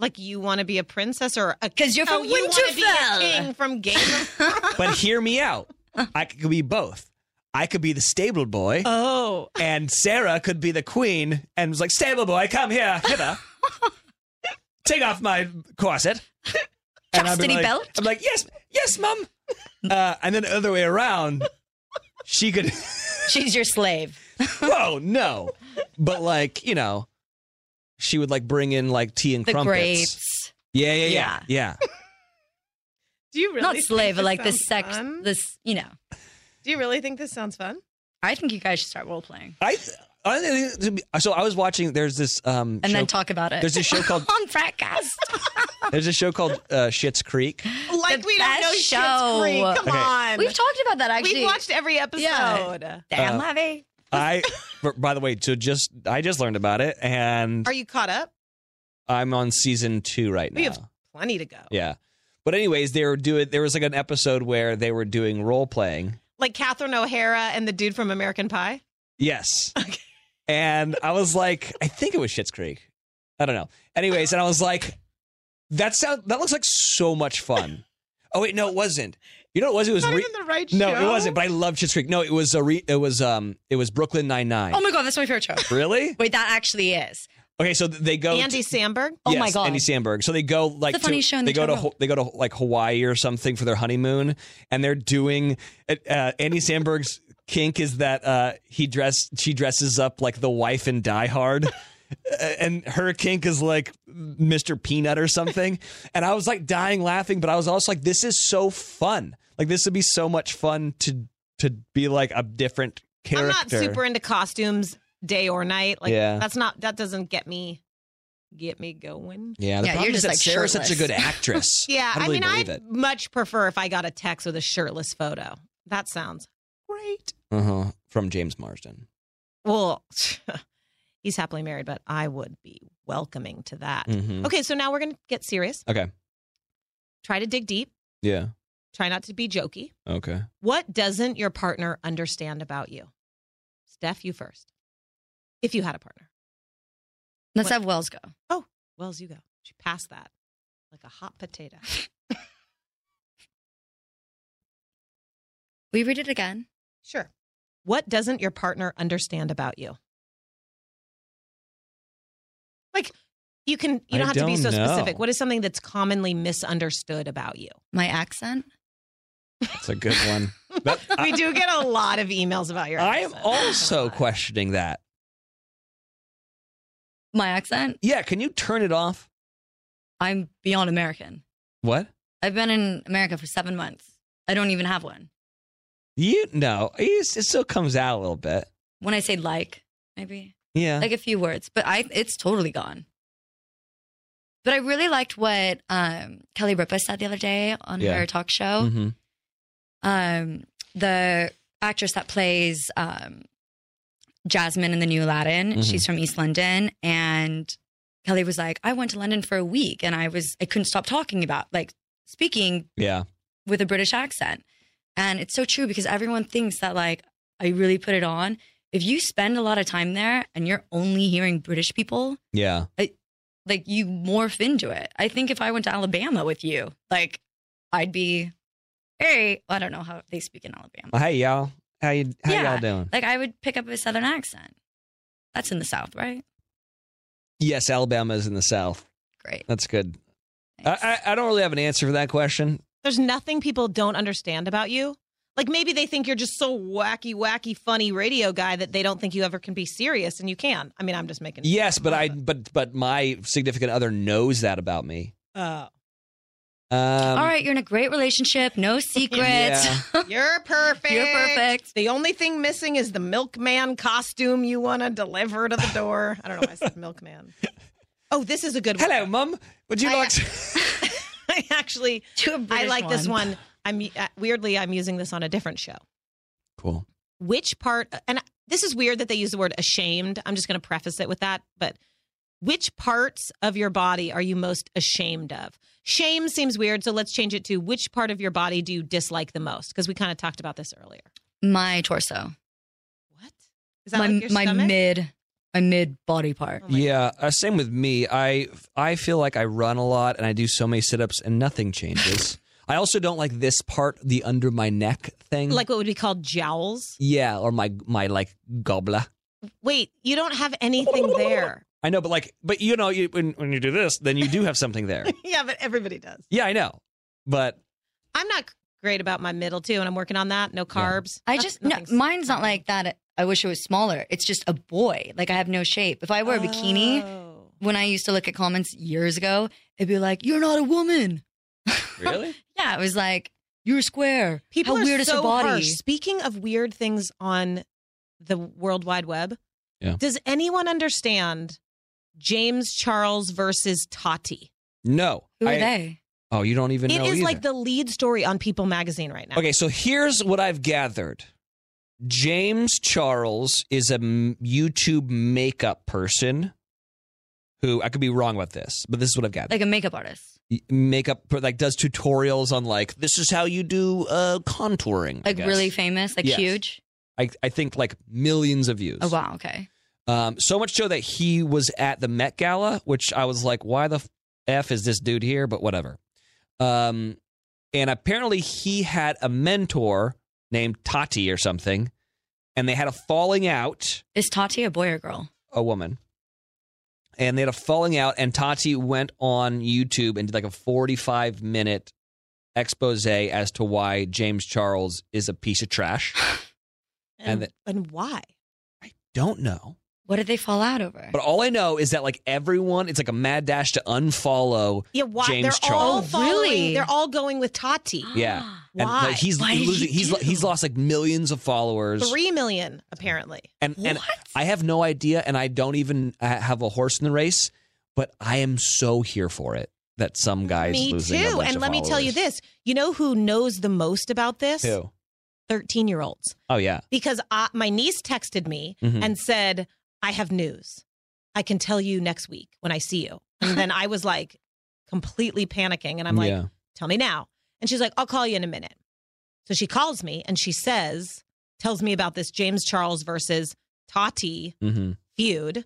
[SPEAKER 5] Like you want to be a princess or a Oh,
[SPEAKER 1] because you're from Winterfell.
[SPEAKER 5] king from Game of
[SPEAKER 3] But hear me out. I could be both. I could be the stable boy.
[SPEAKER 5] Oh.
[SPEAKER 3] And Sarah could be the queen and was like, stable boy, come here, hither. Take off my corset. And I'd be
[SPEAKER 1] Chastity
[SPEAKER 3] like-
[SPEAKER 1] belt?
[SPEAKER 3] I'm like, yes, yes, mum. Uh, and then the other way around, she could.
[SPEAKER 1] She's your slave.
[SPEAKER 3] Whoa, no. But like, you know, she would like bring in like tea and
[SPEAKER 1] The
[SPEAKER 3] crumpets.
[SPEAKER 1] grapes.
[SPEAKER 3] Yeah, yeah, yeah, yeah.
[SPEAKER 5] Do you really
[SPEAKER 1] Not
[SPEAKER 5] think
[SPEAKER 1] slave, but
[SPEAKER 5] this
[SPEAKER 1] like the
[SPEAKER 5] sounds
[SPEAKER 1] sex,
[SPEAKER 5] fun?
[SPEAKER 1] this, you know.
[SPEAKER 5] Do you really think this sounds fun?
[SPEAKER 1] I think you guys should start role playing
[SPEAKER 3] I, I think to be- so I was watching. There's this um
[SPEAKER 1] and then
[SPEAKER 3] show-
[SPEAKER 1] talk about it.
[SPEAKER 3] There's this show called
[SPEAKER 1] on Fratcast.
[SPEAKER 3] There's a show called uh, Shit's Creek.
[SPEAKER 5] Like
[SPEAKER 1] The
[SPEAKER 5] we don't
[SPEAKER 1] best
[SPEAKER 5] know Schitt's
[SPEAKER 1] show.
[SPEAKER 5] Creek. Come
[SPEAKER 3] Okay.
[SPEAKER 5] on.
[SPEAKER 1] We've talked about that actually.
[SPEAKER 5] We've watched every episode.
[SPEAKER 1] Yeah. Damn,
[SPEAKER 3] Uh,
[SPEAKER 1] Levy.
[SPEAKER 3] I, b- by the way, so just I just learned about it, and
[SPEAKER 5] Are you caught up?
[SPEAKER 3] I'm on season two right now.
[SPEAKER 5] We have plenty to go.
[SPEAKER 3] yeah, but anyways, they were doing. There was like an episode where they were doing role playing.
[SPEAKER 5] Like Catherine O'Hara and the dude from American Pie.
[SPEAKER 3] Yes. And I was like, I think it was Shit's Creek. I don't know. Anyways, and I was like, that sound that looks like so much fun. Oh wait, no, it wasn't. You know what it was? It was
[SPEAKER 5] Not
[SPEAKER 3] re-
[SPEAKER 5] even the right
[SPEAKER 3] No,
[SPEAKER 5] show?
[SPEAKER 3] it wasn't. But I love Shit's Creek. No, it was a re- it was um it was Brooklyn Nine Nine.
[SPEAKER 1] Oh my God, that's my favorite show.
[SPEAKER 3] Really?
[SPEAKER 1] Wait, that actually is.
[SPEAKER 3] Okay, so th- they go.
[SPEAKER 5] Andy
[SPEAKER 3] to-
[SPEAKER 5] Samberg.
[SPEAKER 1] Oh my
[SPEAKER 3] Yes,
[SPEAKER 1] God.
[SPEAKER 3] Andy Sandberg. So they go like
[SPEAKER 1] the funniest
[SPEAKER 3] to,
[SPEAKER 1] show in
[SPEAKER 3] they
[SPEAKER 1] the
[SPEAKER 3] go to
[SPEAKER 1] entire
[SPEAKER 3] Ho- they go to like Hawaii or something for their honeymoon, and they're doing uh, uh, Andy Sandberg's kink is that uh, he dress she dresses up like the wife in Die Hard. uh, And her kink is like Mr. Peanut or something. And I was like dying laughing, but I was also like, this is so fun. Like this would be so much fun to to be like a different character.
[SPEAKER 5] I'm not super into costumes day or night. Like
[SPEAKER 3] Yeah.
[SPEAKER 5] that's not that doesn't get me get me going.
[SPEAKER 3] Yeah, the
[SPEAKER 1] Yeah,
[SPEAKER 3] problem
[SPEAKER 1] you're
[SPEAKER 3] is
[SPEAKER 1] just,
[SPEAKER 3] that
[SPEAKER 1] like,
[SPEAKER 3] Sarah's such a
[SPEAKER 1] shirtless.
[SPEAKER 3] good actress.
[SPEAKER 5] Yeah,
[SPEAKER 3] I,
[SPEAKER 5] I,
[SPEAKER 3] don't really
[SPEAKER 5] mean
[SPEAKER 3] believe
[SPEAKER 5] I'd
[SPEAKER 3] it.
[SPEAKER 5] much prefer if I got a text with a shirtless photo. That sounds
[SPEAKER 3] Uh huh. From James Marsden.
[SPEAKER 5] well he's happily married, but I would be welcoming to that.
[SPEAKER 3] Mhm.
[SPEAKER 5] Okay, so now we're gonna get serious.
[SPEAKER 3] Okay.
[SPEAKER 5] Try to dig deep.
[SPEAKER 3] Yeah.
[SPEAKER 5] Try not to be jokey.
[SPEAKER 3] Okay.
[SPEAKER 5] What doesn't your partner understand about you? Steph, you first. If you had a partner.
[SPEAKER 1] Let's
[SPEAKER 5] What-
[SPEAKER 1] have Wells go.
[SPEAKER 5] Oh, Wells, you go. She passed that like a hot potato.
[SPEAKER 1] We read it again.
[SPEAKER 5] Sure. What doesn't your partner understand about you? Like, you can you
[SPEAKER 3] I
[SPEAKER 5] don't have to be so
[SPEAKER 3] don't know.
[SPEAKER 5] specific. What is something that's commonly misunderstood about you?
[SPEAKER 1] My accent.
[SPEAKER 3] That's a good one. That-
[SPEAKER 5] We
[SPEAKER 3] I,
[SPEAKER 5] do get a lot of emails about your.
[SPEAKER 3] I am
[SPEAKER 5] accent.
[SPEAKER 3] also questioning that.
[SPEAKER 1] My accent.
[SPEAKER 3] Yeah. Can you turn it off?
[SPEAKER 1] I'm beyond American.
[SPEAKER 3] What?
[SPEAKER 1] I've been in America for seven months. I don't even have one.
[SPEAKER 3] You no. It's, it still comes out a little bit.
[SPEAKER 1] When I say like, maybe
[SPEAKER 3] Yeah.
[SPEAKER 1] like a few words, but I it's totally gone. But I really liked what um, Kelly Ripa said the other day on
[SPEAKER 3] Yeah.
[SPEAKER 1] her talk show.
[SPEAKER 3] hmm
[SPEAKER 1] um, the actress that plays um, Jasmine in the New Aladdin.
[SPEAKER 3] Mhm.
[SPEAKER 1] She's from East London, and Kelly was like, "I went to London for a week, and I was I couldn't stop talking about like speaking
[SPEAKER 3] Yeah.
[SPEAKER 1] with a British accent." And it's so true because everyone thinks that like I really put it on. If you spend a lot of time there and you're only hearing British people,
[SPEAKER 3] Yeah.
[SPEAKER 1] like you morph into it. I think if I went to Alabama with you, like I'd be, hey, I don't know how they speak in Alabama.
[SPEAKER 3] Well, hey y'all. How you how y'all doing?
[SPEAKER 1] Like I would pick up a southern accent. That's in the south, right?
[SPEAKER 3] Yes, Alabama's in the South.
[SPEAKER 1] Great.
[SPEAKER 3] That's good. I, I I don't really have an answer for that question.
[SPEAKER 5] There's nothing people don't understand about you. Like maybe they think you're just so wacky, wacky, funny radio guy that they don't think you ever can be serious, and you can. I mean, I'm just making.
[SPEAKER 3] Yes, but I but but my significant other knows that about me.
[SPEAKER 5] Oh,
[SPEAKER 3] Um,
[SPEAKER 1] All right, you're in a great relationship, no secrets.
[SPEAKER 3] Yeah.
[SPEAKER 5] you're perfect.
[SPEAKER 1] You're perfect.
[SPEAKER 5] The only thing missing is the milkman costume you want to deliver to the door. I don't know why I said milkman. Oh, this is a good one.
[SPEAKER 3] Hello, mum. Would you like? To-
[SPEAKER 5] I actually,
[SPEAKER 1] To a
[SPEAKER 5] I
[SPEAKER 1] British
[SPEAKER 5] like this one. I'm uh, weirdly, I'm using this on a different show.
[SPEAKER 3] cool.
[SPEAKER 5] Which part? And this is weird that they use the word ashamed. I'm just going to preface it with that. But which parts of your body are you most ashamed of? Shame seems weird, so let's change it to which part of your body do you dislike the most? Because we kind of talked about this earlier.
[SPEAKER 1] My torso,
[SPEAKER 5] What is that?
[SPEAKER 1] my
[SPEAKER 5] like your
[SPEAKER 1] my
[SPEAKER 5] stomach?
[SPEAKER 1] mid
[SPEAKER 4] my mid body
[SPEAKER 1] Oh
[SPEAKER 4] part.
[SPEAKER 3] yeah, uh, same with me. I I feel like I run a lot and I do so many sit-ups and nothing changes. I also don't like this part, the under my neck thing.
[SPEAKER 5] Like what would be called jowls.
[SPEAKER 3] yeah, or my my like gobbler.
[SPEAKER 5] Wait, you don't have anything there.
[SPEAKER 3] I know, but like, but you know, you, when when you do this, then you do have something there.
[SPEAKER 5] yeah, but everybody does.
[SPEAKER 3] yeah, I know, but
[SPEAKER 5] I'm not great about my middle too, and I'm working on that. No carbs.
[SPEAKER 4] I just no, mine's not like that. I wish it was smaller. It's just a boy. Like I have no shape. If I wear a bikini,
[SPEAKER 5] Oh.
[SPEAKER 4] when I used to look at comments years ago, it'd be like, "You're not a woman."
[SPEAKER 3] Really?
[SPEAKER 4] yeah, it was like you're square.
[SPEAKER 5] People
[SPEAKER 4] How
[SPEAKER 5] are
[SPEAKER 4] weird is
[SPEAKER 5] so
[SPEAKER 4] a body?
[SPEAKER 5] harsh. Speaking of weird things on the World Wide Web,
[SPEAKER 3] Yeah.
[SPEAKER 5] does anyone understand James Charles versus Tati?
[SPEAKER 3] no.
[SPEAKER 5] Who are
[SPEAKER 3] I-
[SPEAKER 5] they?
[SPEAKER 3] Oh, you don't even
[SPEAKER 5] It
[SPEAKER 3] know
[SPEAKER 5] is
[SPEAKER 3] either.
[SPEAKER 5] like the lead story on People Magazine right now.
[SPEAKER 3] Okay, so here's what I've gathered. James Charles is a m- YouTube makeup person who I could be wrong about this, but this is what I've gathered.
[SPEAKER 4] Like a makeup artist,
[SPEAKER 3] Y- makeup like does tutorials on like this is how you do uh contouring. I
[SPEAKER 4] like
[SPEAKER 3] guess.
[SPEAKER 4] really famous, like
[SPEAKER 3] Yes.
[SPEAKER 4] huge.
[SPEAKER 3] I I think like millions of views.
[SPEAKER 4] Oh wow, okay.
[SPEAKER 3] Um, so much so that he was at the Met Gala, which I was like, why the f is this dude here? But whatever. Um, and apparently he had a mentor named Tati or something, and they had a falling out.
[SPEAKER 4] Is Tati a boy or girl?
[SPEAKER 3] A woman. And they had a falling out, and Tati went on YouTube and did like a 45 minute expose as to why James Charles is a piece of trash. and that,
[SPEAKER 5] And why?
[SPEAKER 3] don't know.
[SPEAKER 4] What did they fall out over?
[SPEAKER 3] But all I know is that like everyone, it's like a mad dash to unfollow
[SPEAKER 5] Yeah, why?
[SPEAKER 3] James
[SPEAKER 5] they're all
[SPEAKER 3] Charles.
[SPEAKER 4] Oh,
[SPEAKER 5] following, They're all going with Tati.
[SPEAKER 3] yeah, and
[SPEAKER 5] Why?
[SPEAKER 3] like he's
[SPEAKER 5] Why did
[SPEAKER 3] losing.
[SPEAKER 5] he
[SPEAKER 3] he's lo- he's lost like millions of followers.
[SPEAKER 5] Three million, apparently.
[SPEAKER 3] and and I have no idea, and I don't even uh, have a horse in the race. But I am so here for it that some guys
[SPEAKER 5] Me
[SPEAKER 3] losing a
[SPEAKER 5] too.
[SPEAKER 3] bunch
[SPEAKER 5] And
[SPEAKER 3] of
[SPEAKER 5] let me tell you
[SPEAKER 3] followers.
[SPEAKER 5] this you know who knows the most about this?
[SPEAKER 3] Who?
[SPEAKER 5] 13 year olds.
[SPEAKER 3] Oh yeah,
[SPEAKER 5] Because I, my niece texted me
[SPEAKER 3] Mhm.
[SPEAKER 5] and said, I have news. I can tell you next week when I see you. And then I was like completely panicking. And I'm like,
[SPEAKER 3] Yeah.
[SPEAKER 5] tell me now. And she's like, I'll call you in a minute. So she calls me and she says, tells me about this James Charles versus Tati
[SPEAKER 3] Mm-hmm.
[SPEAKER 5] feud.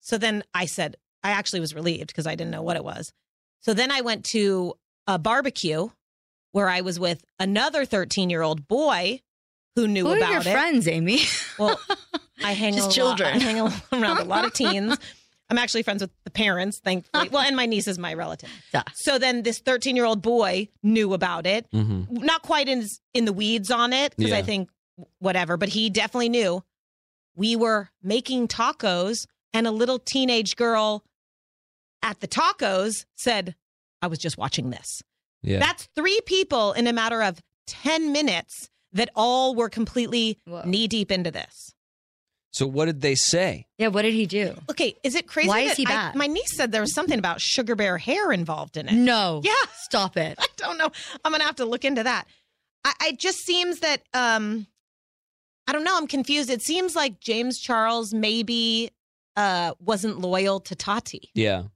[SPEAKER 5] So then I said, I actually was relieved because I didn't know what it was. So then I went to a barbecue where I was with another 13 year old boy who knew
[SPEAKER 4] Who are
[SPEAKER 5] about
[SPEAKER 4] your
[SPEAKER 5] it.
[SPEAKER 4] friends, Amy?
[SPEAKER 5] Well, I hang
[SPEAKER 4] Just
[SPEAKER 5] a lot-
[SPEAKER 4] children.
[SPEAKER 5] I hang a- around a lot of teens. I'm actually friends with the parents, thankfully. Well, and my niece is my relative. So then this 13 year old boy knew about it
[SPEAKER 3] Mm-hmm.
[SPEAKER 5] not quite in in the weeds on it because I
[SPEAKER 3] Yeah.
[SPEAKER 5] think whatever, but he definitely knew we were making tacos, and a little teenage girl at the tacos said, "I was just watching this."
[SPEAKER 3] Yeah.
[SPEAKER 5] That's three people in a matter of ten minutes that all were completely knee deep into this.
[SPEAKER 3] So what did they say?
[SPEAKER 4] Yeah, what did he do?
[SPEAKER 5] Okay, is it crazy?
[SPEAKER 4] Why is he
[SPEAKER 5] I-
[SPEAKER 4] back?
[SPEAKER 5] my niece said there was something about sugar bear hair involved in it.
[SPEAKER 4] No.
[SPEAKER 5] Yeah.
[SPEAKER 4] Stop it.
[SPEAKER 5] I don't know. I'm gonna have to look into that. I, I it just seems that um, I don't know. I'm confused. It seems like James Charles maybe uh wasn't loyal to Tati.
[SPEAKER 3] Yeah,
[SPEAKER 5] Is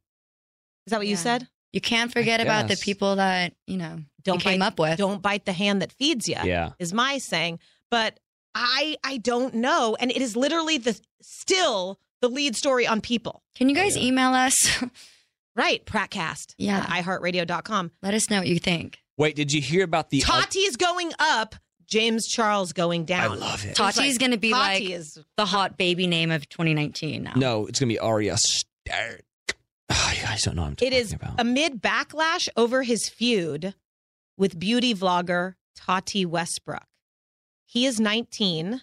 [SPEAKER 5] that what you
[SPEAKER 4] Yeah.
[SPEAKER 5] said?
[SPEAKER 4] You can't forget about the
[SPEAKER 5] guess.
[SPEAKER 4] people that, you know,
[SPEAKER 5] Don't
[SPEAKER 4] you came
[SPEAKER 5] bite,
[SPEAKER 4] up with.
[SPEAKER 5] Don't bite the hand that feeds you.
[SPEAKER 3] Yeah.
[SPEAKER 5] is my saying. But I I don't know, and it is literally the still the lead story on people.
[SPEAKER 4] Can you
[SPEAKER 3] Oh,
[SPEAKER 4] guys email us?
[SPEAKER 5] Right, Prattcast.
[SPEAKER 4] Yeah.
[SPEAKER 5] at iHeartRadio.com.
[SPEAKER 4] Let us know what you think.
[SPEAKER 3] Wait, did you hear about the?
[SPEAKER 5] Tati's going up. James Charles going down. I love
[SPEAKER 3] it.
[SPEAKER 4] Tati's going to be
[SPEAKER 5] Tati
[SPEAKER 4] like
[SPEAKER 5] is
[SPEAKER 4] the hot baby name of 2019 now.
[SPEAKER 3] no, it's gonna be Arya Stark. Oh, you guys don't know. What I'm
[SPEAKER 5] It is
[SPEAKER 3] about.
[SPEAKER 5] amid backlash over his feud with beauty vlogger Tati Westbrook. He is 19.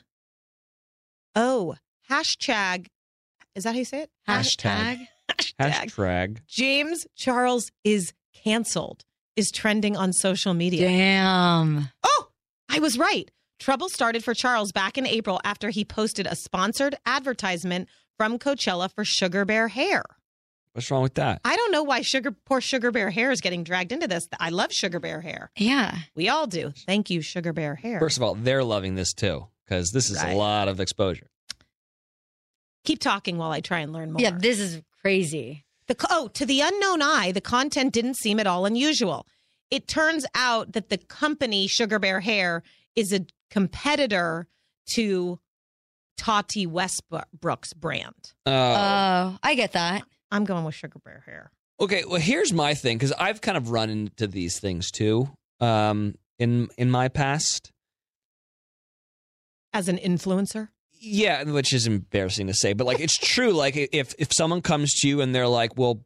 [SPEAKER 5] Oh, hashtag. Is that how you say it?
[SPEAKER 3] Hashtag.
[SPEAKER 5] Hashtag.
[SPEAKER 3] Hashtag.
[SPEAKER 5] James Charles is canceled is trending on social media.
[SPEAKER 4] Damn.
[SPEAKER 5] Oh, I was right. Trouble started for Charles back in April after he posted a sponsored advertisement from Coachella for Sugar Bear Hair.
[SPEAKER 3] What's wrong with that?
[SPEAKER 5] I don't know why sugar poor sugar bear hair is getting dragged into this. I love sugar bear hair.
[SPEAKER 4] Yeah.
[SPEAKER 5] We all do. Thank you, sugar bear hair.
[SPEAKER 3] First of all, they're loving this too because this is
[SPEAKER 5] Right.
[SPEAKER 3] a lot of exposure.
[SPEAKER 5] Keep talking while I try and learn more.
[SPEAKER 4] Yeah, this is crazy.
[SPEAKER 5] The co- oh, to the unknown eye, the content didn't seem at all unusual. It turns out that the company Sugar Bear Hair is a competitor to Tati Westbrook's brand.
[SPEAKER 3] Oh.
[SPEAKER 5] I get that. I'm going with Sugar Bear hair.
[SPEAKER 3] Okay, well here's my thing because I've kind of run into these things too um, in in my past.
[SPEAKER 5] As an influencer?
[SPEAKER 3] Yeah, which is embarrassing to say, but like it's true. Like if if someone comes to you and they're like, "Well,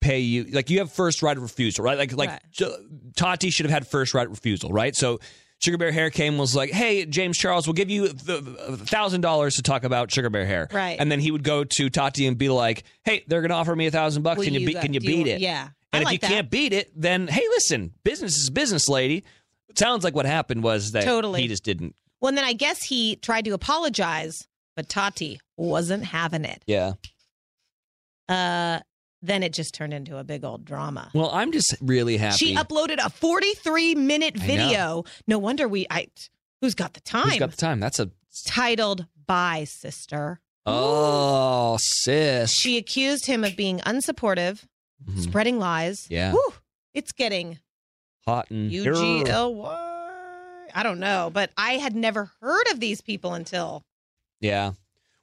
[SPEAKER 3] pay you," like you have first right of refusal, right? Like like
[SPEAKER 5] Right.
[SPEAKER 3] J- Tati should have had first right of refusal, right? So Sugar Bear Hair came was like, "Hey, James Charles, we'll give you thousand dollars to talk about Sugar Bear Hair,"
[SPEAKER 5] Right.
[SPEAKER 3] And then he would go to Tati and be like, "Hey, they're gonna offer me a thousand bucks.
[SPEAKER 5] Will
[SPEAKER 3] Can you,
[SPEAKER 5] you
[SPEAKER 3] beat?
[SPEAKER 5] go-
[SPEAKER 3] Can you
[SPEAKER 5] do you-
[SPEAKER 3] beat it?"
[SPEAKER 5] yeah, I
[SPEAKER 3] And if
[SPEAKER 5] like
[SPEAKER 3] you
[SPEAKER 5] that.
[SPEAKER 3] can't beat it, then hey, listen, business is business, lady. It sounds like what happened was that
[SPEAKER 5] Totally.
[SPEAKER 3] he just didn't.
[SPEAKER 5] Well, and then I guess he tried to apologize, but Tati wasn't having it.
[SPEAKER 3] Yeah.
[SPEAKER 5] Uh, then it just turned into a big old drama.
[SPEAKER 3] Well, I'm just really happy.
[SPEAKER 5] She uploaded a 43 minute
[SPEAKER 3] I know.
[SPEAKER 5] video. No wonder we, I, who's got the time?
[SPEAKER 3] Who's got the time? That's a
[SPEAKER 5] titled Bye, Sister.
[SPEAKER 3] oh sis.
[SPEAKER 5] She accused him of being unsupportive,
[SPEAKER 3] Mhm.
[SPEAKER 5] spreading lies.
[SPEAKER 3] Yeah.
[SPEAKER 5] Whew, it's getting
[SPEAKER 3] hot and
[SPEAKER 5] U G L Y. I don't know, but I had never heard of these people until
[SPEAKER 3] Yeah.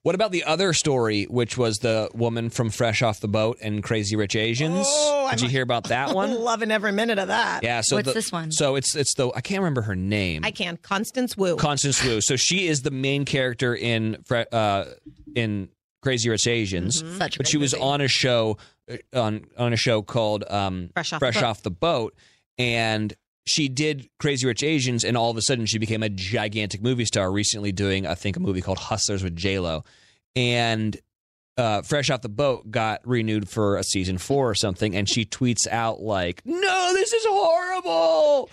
[SPEAKER 3] What about the other story, which was the woman from Fresh Off the Boat and Crazy Rich Asians?
[SPEAKER 5] Oh,
[SPEAKER 3] Did
[SPEAKER 5] I'm-
[SPEAKER 3] you hear about that one?
[SPEAKER 5] loving every minute of that.
[SPEAKER 3] Yeah. So the- So it's it's the I can't remember her name.
[SPEAKER 5] I can. Constance Wu.
[SPEAKER 3] Constance Wu. So she is the main character in Fre- uh, in Crazy Rich Asians,
[SPEAKER 5] Mhm. Such a
[SPEAKER 3] but
[SPEAKER 5] great
[SPEAKER 3] she was
[SPEAKER 5] movie.
[SPEAKER 3] on a show uh, on on a show called um,
[SPEAKER 5] Fresh Off the Boat.
[SPEAKER 3] Off the Boat, and she did Crazy Rich Asians, and all of a sudden she became a gigantic movie star. Recently, doing I think a movie called Hustlers with J Lo, and uh, Fresh Off the Boat got renewed for a season four or something, and she tweets out like, No, this is horrible.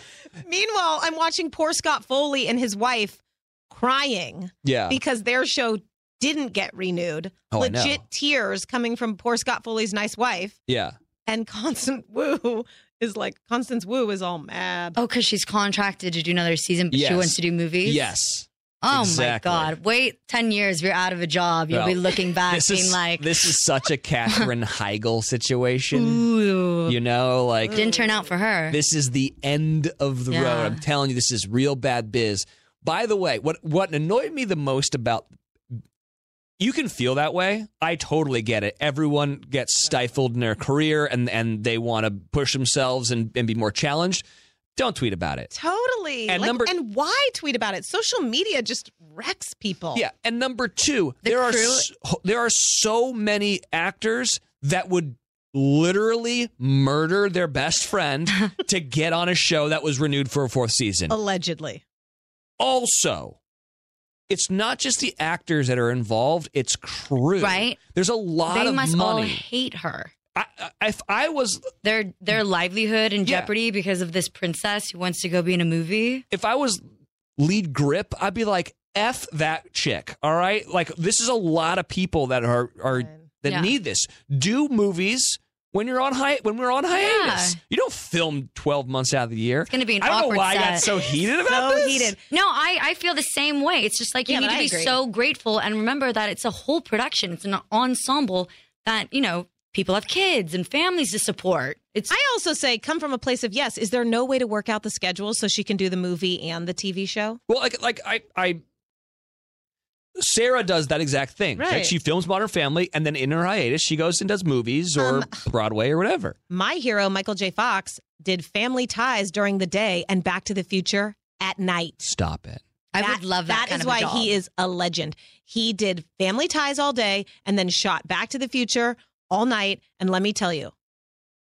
[SPEAKER 5] Meanwhile, I'm watching poor Scott Foley and his wife crying.
[SPEAKER 3] Yeah.
[SPEAKER 5] Because their show didn't get renewed.
[SPEAKER 3] Oh, I know.
[SPEAKER 5] Legit tears coming from poor Scott Foley's nice wife.
[SPEAKER 3] "Yeah."
[SPEAKER 5] And Constance Wu is like, Constance Wu is all mad.
[SPEAKER 4] Oh, because she's contracted to do another season, but she
[SPEAKER 3] Yes.
[SPEAKER 4] wants to do movies?
[SPEAKER 3] Yes.
[SPEAKER 4] Oh
[SPEAKER 3] Exactly.
[SPEAKER 4] my God. Wait 10 years, you're out of a job. You'll
[SPEAKER 3] Well,
[SPEAKER 4] be looking back,
[SPEAKER 3] this
[SPEAKER 4] being
[SPEAKER 3] is,
[SPEAKER 4] like,
[SPEAKER 3] this is such a Katherine Heigl situation. You know, like
[SPEAKER 4] didn't turn out for her.
[SPEAKER 3] this is the end of the
[SPEAKER 4] Yeah.
[SPEAKER 3] road. I'm telling you, this is real bad biz. By the way, what what annoyed me the most about you can feel that way. I totally get it. Everyone gets stifled in their career and and they want to push themselves and, and be more challenged. Don't tweet about it.
[SPEAKER 5] Totally.
[SPEAKER 3] And
[SPEAKER 5] Like,
[SPEAKER 3] number-
[SPEAKER 5] and why tweet about it? Social media just wrecks people.
[SPEAKER 3] Yeah, and number two, there are so, there are so many actors that would literally murder their best friend to get on a show that was renewed for a fourth season.
[SPEAKER 5] Allegedly.
[SPEAKER 3] Also, it's not just the actors that are involved; it's crew.
[SPEAKER 4] Right.
[SPEAKER 3] There's a lot
[SPEAKER 4] they
[SPEAKER 3] of
[SPEAKER 4] must all
[SPEAKER 3] money.
[SPEAKER 4] hate her.
[SPEAKER 3] if I was
[SPEAKER 4] their their livelihood in
[SPEAKER 3] Yeah.
[SPEAKER 4] jeopardy because of this princess who wants to go be in a movie.
[SPEAKER 3] if I was lead grip, I'd be like, "F that chick." All right, like this is a lot of people that are are that
[SPEAKER 4] Yeah.
[SPEAKER 3] need this. Do movies when you're on hi- when we're on hiatus.
[SPEAKER 4] Yeah.
[SPEAKER 3] You don't film twelve months out of the year. It's
[SPEAKER 4] gonna be an
[SPEAKER 3] I don't
[SPEAKER 4] awkward
[SPEAKER 3] know why I got
[SPEAKER 4] set.
[SPEAKER 3] so heated about this.
[SPEAKER 4] No, I, I feel the same way. It's just like you
[SPEAKER 5] Yeah,
[SPEAKER 4] need
[SPEAKER 5] but
[SPEAKER 4] to
[SPEAKER 5] I
[SPEAKER 4] be
[SPEAKER 5] agree.
[SPEAKER 4] so grateful and remember that it's a whole production. It's an ensemble that, you know, people have kids and families to support. It's
[SPEAKER 5] I also say come from a place of yes. Is there no way to work out the schedule so she can do the movie and the TV show?
[SPEAKER 3] Well, like like I I Sarah does that exact thing.
[SPEAKER 5] Right.
[SPEAKER 3] She films Modern Family, and then in her hiatus, she goes and does movies
[SPEAKER 4] Um,
[SPEAKER 3] or Broadway or whatever.
[SPEAKER 5] My hero, Michael J. Fox, did Family Ties during the day and Back to the Future at night.
[SPEAKER 3] Stop it.
[SPEAKER 4] I would love
[SPEAKER 5] That
[SPEAKER 4] that kind
[SPEAKER 5] is
[SPEAKER 4] of a
[SPEAKER 5] why
[SPEAKER 4] job.
[SPEAKER 5] he is a legend. He did Family Ties all day and then shot Back to the Future all night. And let me tell you,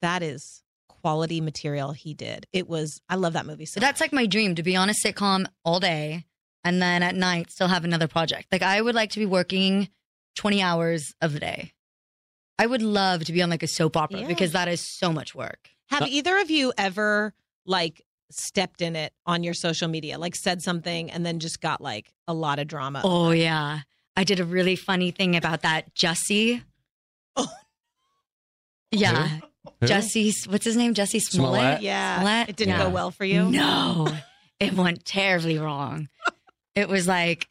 [SPEAKER 5] that is quality material he did. It was, I love that movie so
[SPEAKER 4] So that's like my dream to be on a sitcom all day and then at night still have another project. Like I would like to be working 20 hours of the day. I would love to be on like a soap opera
[SPEAKER 5] Yeah.
[SPEAKER 4] because that is so much work.
[SPEAKER 5] Have either of you ever like stepped in it on your social media, like said something and then just got like a lot of drama?
[SPEAKER 4] Oh yeah. I did a really funny thing about that Jussie. Oh. Yeah.
[SPEAKER 5] Who?
[SPEAKER 4] Jussie, what's his name? Jussie Smollett?
[SPEAKER 5] Smollett? Yeah.
[SPEAKER 4] Smollett?
[SPEAKER 5] It didn't go well for you?
[SPEAKER 4] No. it went terribly wrong. It was like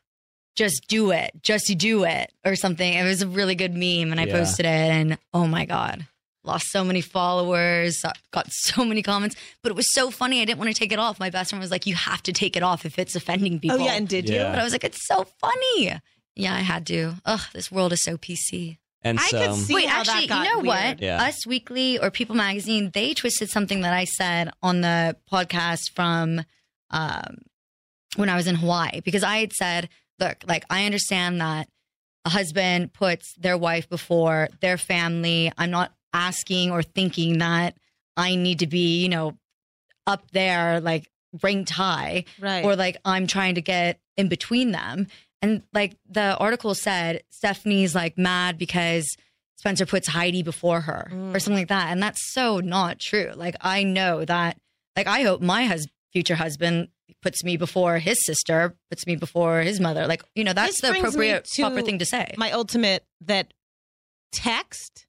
[SPEAKER 4] just do it. Jussie do it or something. It was a really good meme and I
[SPEAKER 2] Yeah.
[SPEAKER 4] posted it and oh my god. Lost so many followers, uh, got so many comments, but it was so funny. I didn't want to take it off. My best friend was like, You have to take it off if it's offending people.
[SPEAKER 5] yeah, and Oh, did you? Yeah.
[SPEAKER 4] But I was like, It's so funny. Yeah, I had to. Ugh, this world is so PC.
[SPEAKER 3] And I so- could see
[SPEAKER 4] wait,
[SPEAKER 3] how that
[SPEAKER 4] actually,
[SPEAKER 3] got
[SPEAKER 4] you know
[SPEAKER 3] weird.
[SPEAKER 4] what?
[SPEAKER 3] Yeah.
[SPEAKER 4] Us Weekly or People Magazine, they twisted something that I said on the podcast from um, when I was in Hawaii because I had said, "Look, like I understand that a husband puts their wife before their family. I'm not asking or thinking that I need to be, you know, up there like ranked high
[SPEAKER 5] Right.
[SPEAKER 4] or like I'm trying to get in between them. And like the article said, Stephanie's like mad because Spencer puts Heidi before her or
[SPEAKER 5] Mm.
[SPEAKER 4] something like that. And that's so not true. Like I know that like I hope my hus- future husband puts me before his sister, puts me before his mother. Like, you know, that's
[SPEAKER 5] This
[SPEAKER 4] the
[SPEAKER 5] brings me
[SPEAKER 4] appropriate
[SPEAKER 5] to
[SPEAKER 4] proper thing to say.
[SPEAKER 5] My ultimate that text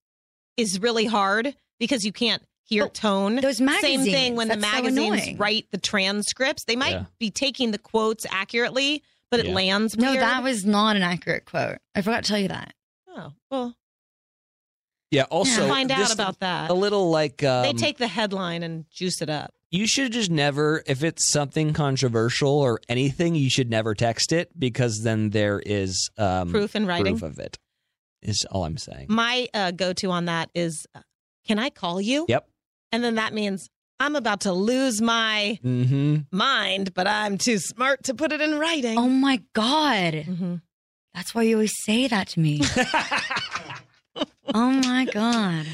[SPEAKER 5] is really hard because you can't hear tone.
[SPEAKER 4] Oh, those
[SPEAKER 5] Same thing
[SPEAKER 4] magazines,
[SPEAKER 5] when the
[SPEAKER 4] that's so
[SPEAKER 5] magazines
[SPEAKER 4] annoying.
[SPEAKER 5] write the transcripts. They might
[SPEAKER 4] Yeah.
[SPEAKER 5] be taking the quotes accurately, but it
[SPEAKER 4] Yeah.
[SPEAKER 5] lands
[SPEAKER 4] No,
[SPEAKER 5] weird.
[SPEAKER 4] that was not an accurate quote. I forgot to tell you that.
[SPEAKER 5] Oh, well,
[SPEAKER 3] Yeah. Also,
[SPEAKER 5] find out
[SPEAKER 3] this-
[SPEAKER 5] about that.
[SPEAKER 3] A little like um,
[SPEAKER 5] they take the headline and juice it up.
[SPEAKER 3] You should just never, if it's something controversial or anything, you should never text it because then there is um,
[SPEAKER 5] Proof in writing?
[SPEAKER 3] Proof of it is all I'm saying.
[SPEAKER 5] My uh, go-to on that is, uh, can I call you?
[SPEAKER 3] Yep.
[SPEAKER 5] And then that means I'm about to lose my
[SPEAKER 3] Mm-hmm.
[SPEAKER 5] mind, but I'm too smart to put it in writing.
[SPEAKER 4] Oh my God. That's why you always say that to me. oh my God.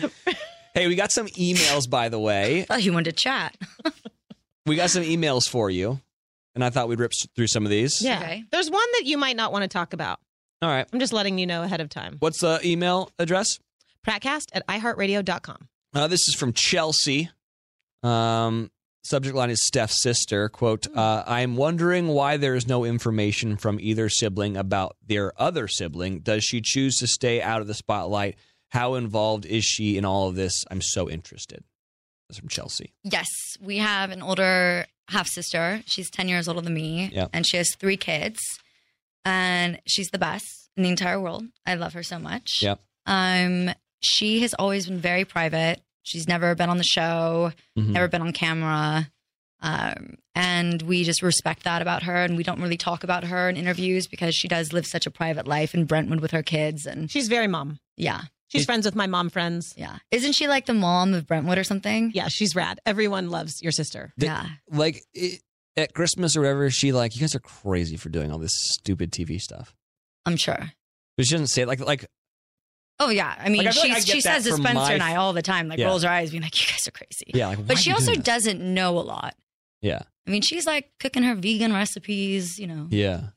[SPEAKER 3] Hey, we got some emails, by the way.
[SPEAKER 4] thought you wanted to chat.
[SPEAKER 3] We got some emails for you, and I thought we'd rip s- through some of these.
[SPEAKER 5] Yeah. There's one that you might not want to talk about.
[SPEAKER 3] All right.
[SPEAKER 5] I'm just letting you know ahead of time.
[SPEAKER 3] What's the email address?
[SPEAKER 5] Pratcast at iHeartRadio.com.
[SPEAKER 3] Uh, this is from Chelsea. Um, subject line is Steph's sister. Quote, uh, I'm wondering why there is no information from either sibling about their other sibling. Does she choose to stay out of the spotlight? How involved is she in all of this? I'm so interested. That's from Chelsea.
[SPEAKER 4] Yes, we have an older half sister. She's 10 years older than me.
[SPEAKER 3] Yeah.
[SPEAKER 4] And she has three kids. And she's the best in the entire world. I love her so much.
[SPEAKER 3] Yep.
[SPEAKER 4] Um, she has always been very private. She's never been on the show,
[SPEAKER 3] Mhm.
[SPEAKER 4] never been on camera. Um, and we just respect that about her. And we don't really talk about her in interviews because she does live such a private life in Brentwood with her kids. And
[SPEAKER 5] she's very mom.
[SPEAKER 4] Yeah.
[SPEAKER 5] She's friends with my mom friends.
[SPEAKER 4] Yeah. Isn't she like the mom of Brentwood or something?
[SPEAKER 5] Yeah, she's rad. Everyone loves your sister.
[SPEAKER 3] Th-
[SPEAKER 4] yeah.
[SPEAKER 3] Like it, at Christmas or whatever, she like, you guys are crazy for doing all this stupid TV stuff.
[SPEAKER 4] I'm sure.
[SPEAKER 3] But she doesn't say it like, like
[SPEAKER 4] Oh yeah, I mean,
[SPEAKER 3] Like, I feel
[SPEAKER 4] she
[SPEAKER 3] like I get
[SPEAKER 4] she
[SPEAKER 3] that
[SPEAKER 4] says to
[SPEAKER 3] from
[SPEAKER 4] Spencer
[SPEAKER 3] my-
[SPEAKER 4] and I all the time, like
[SPEAKER 3] Yeah.
[SPEAKER 4] rolls her eyes, being like, "You guys are crazy."
[SPEAKER 3] yeah, like. why
[SPEAKER 4] but
[SPEAKER 3] are
[SPEAKER 4] she
[SPEAKER 3] you
[SPEAKER 4] also
[SPEAKER 3] doing this?
[SPEAKER 4] doesn't know a lot.
[SPEAKER 3] Yeah,
[SPEAKER 4] I mean, she's like cooking her vegan recipes, you know,
[SPEAKER 3] yeah.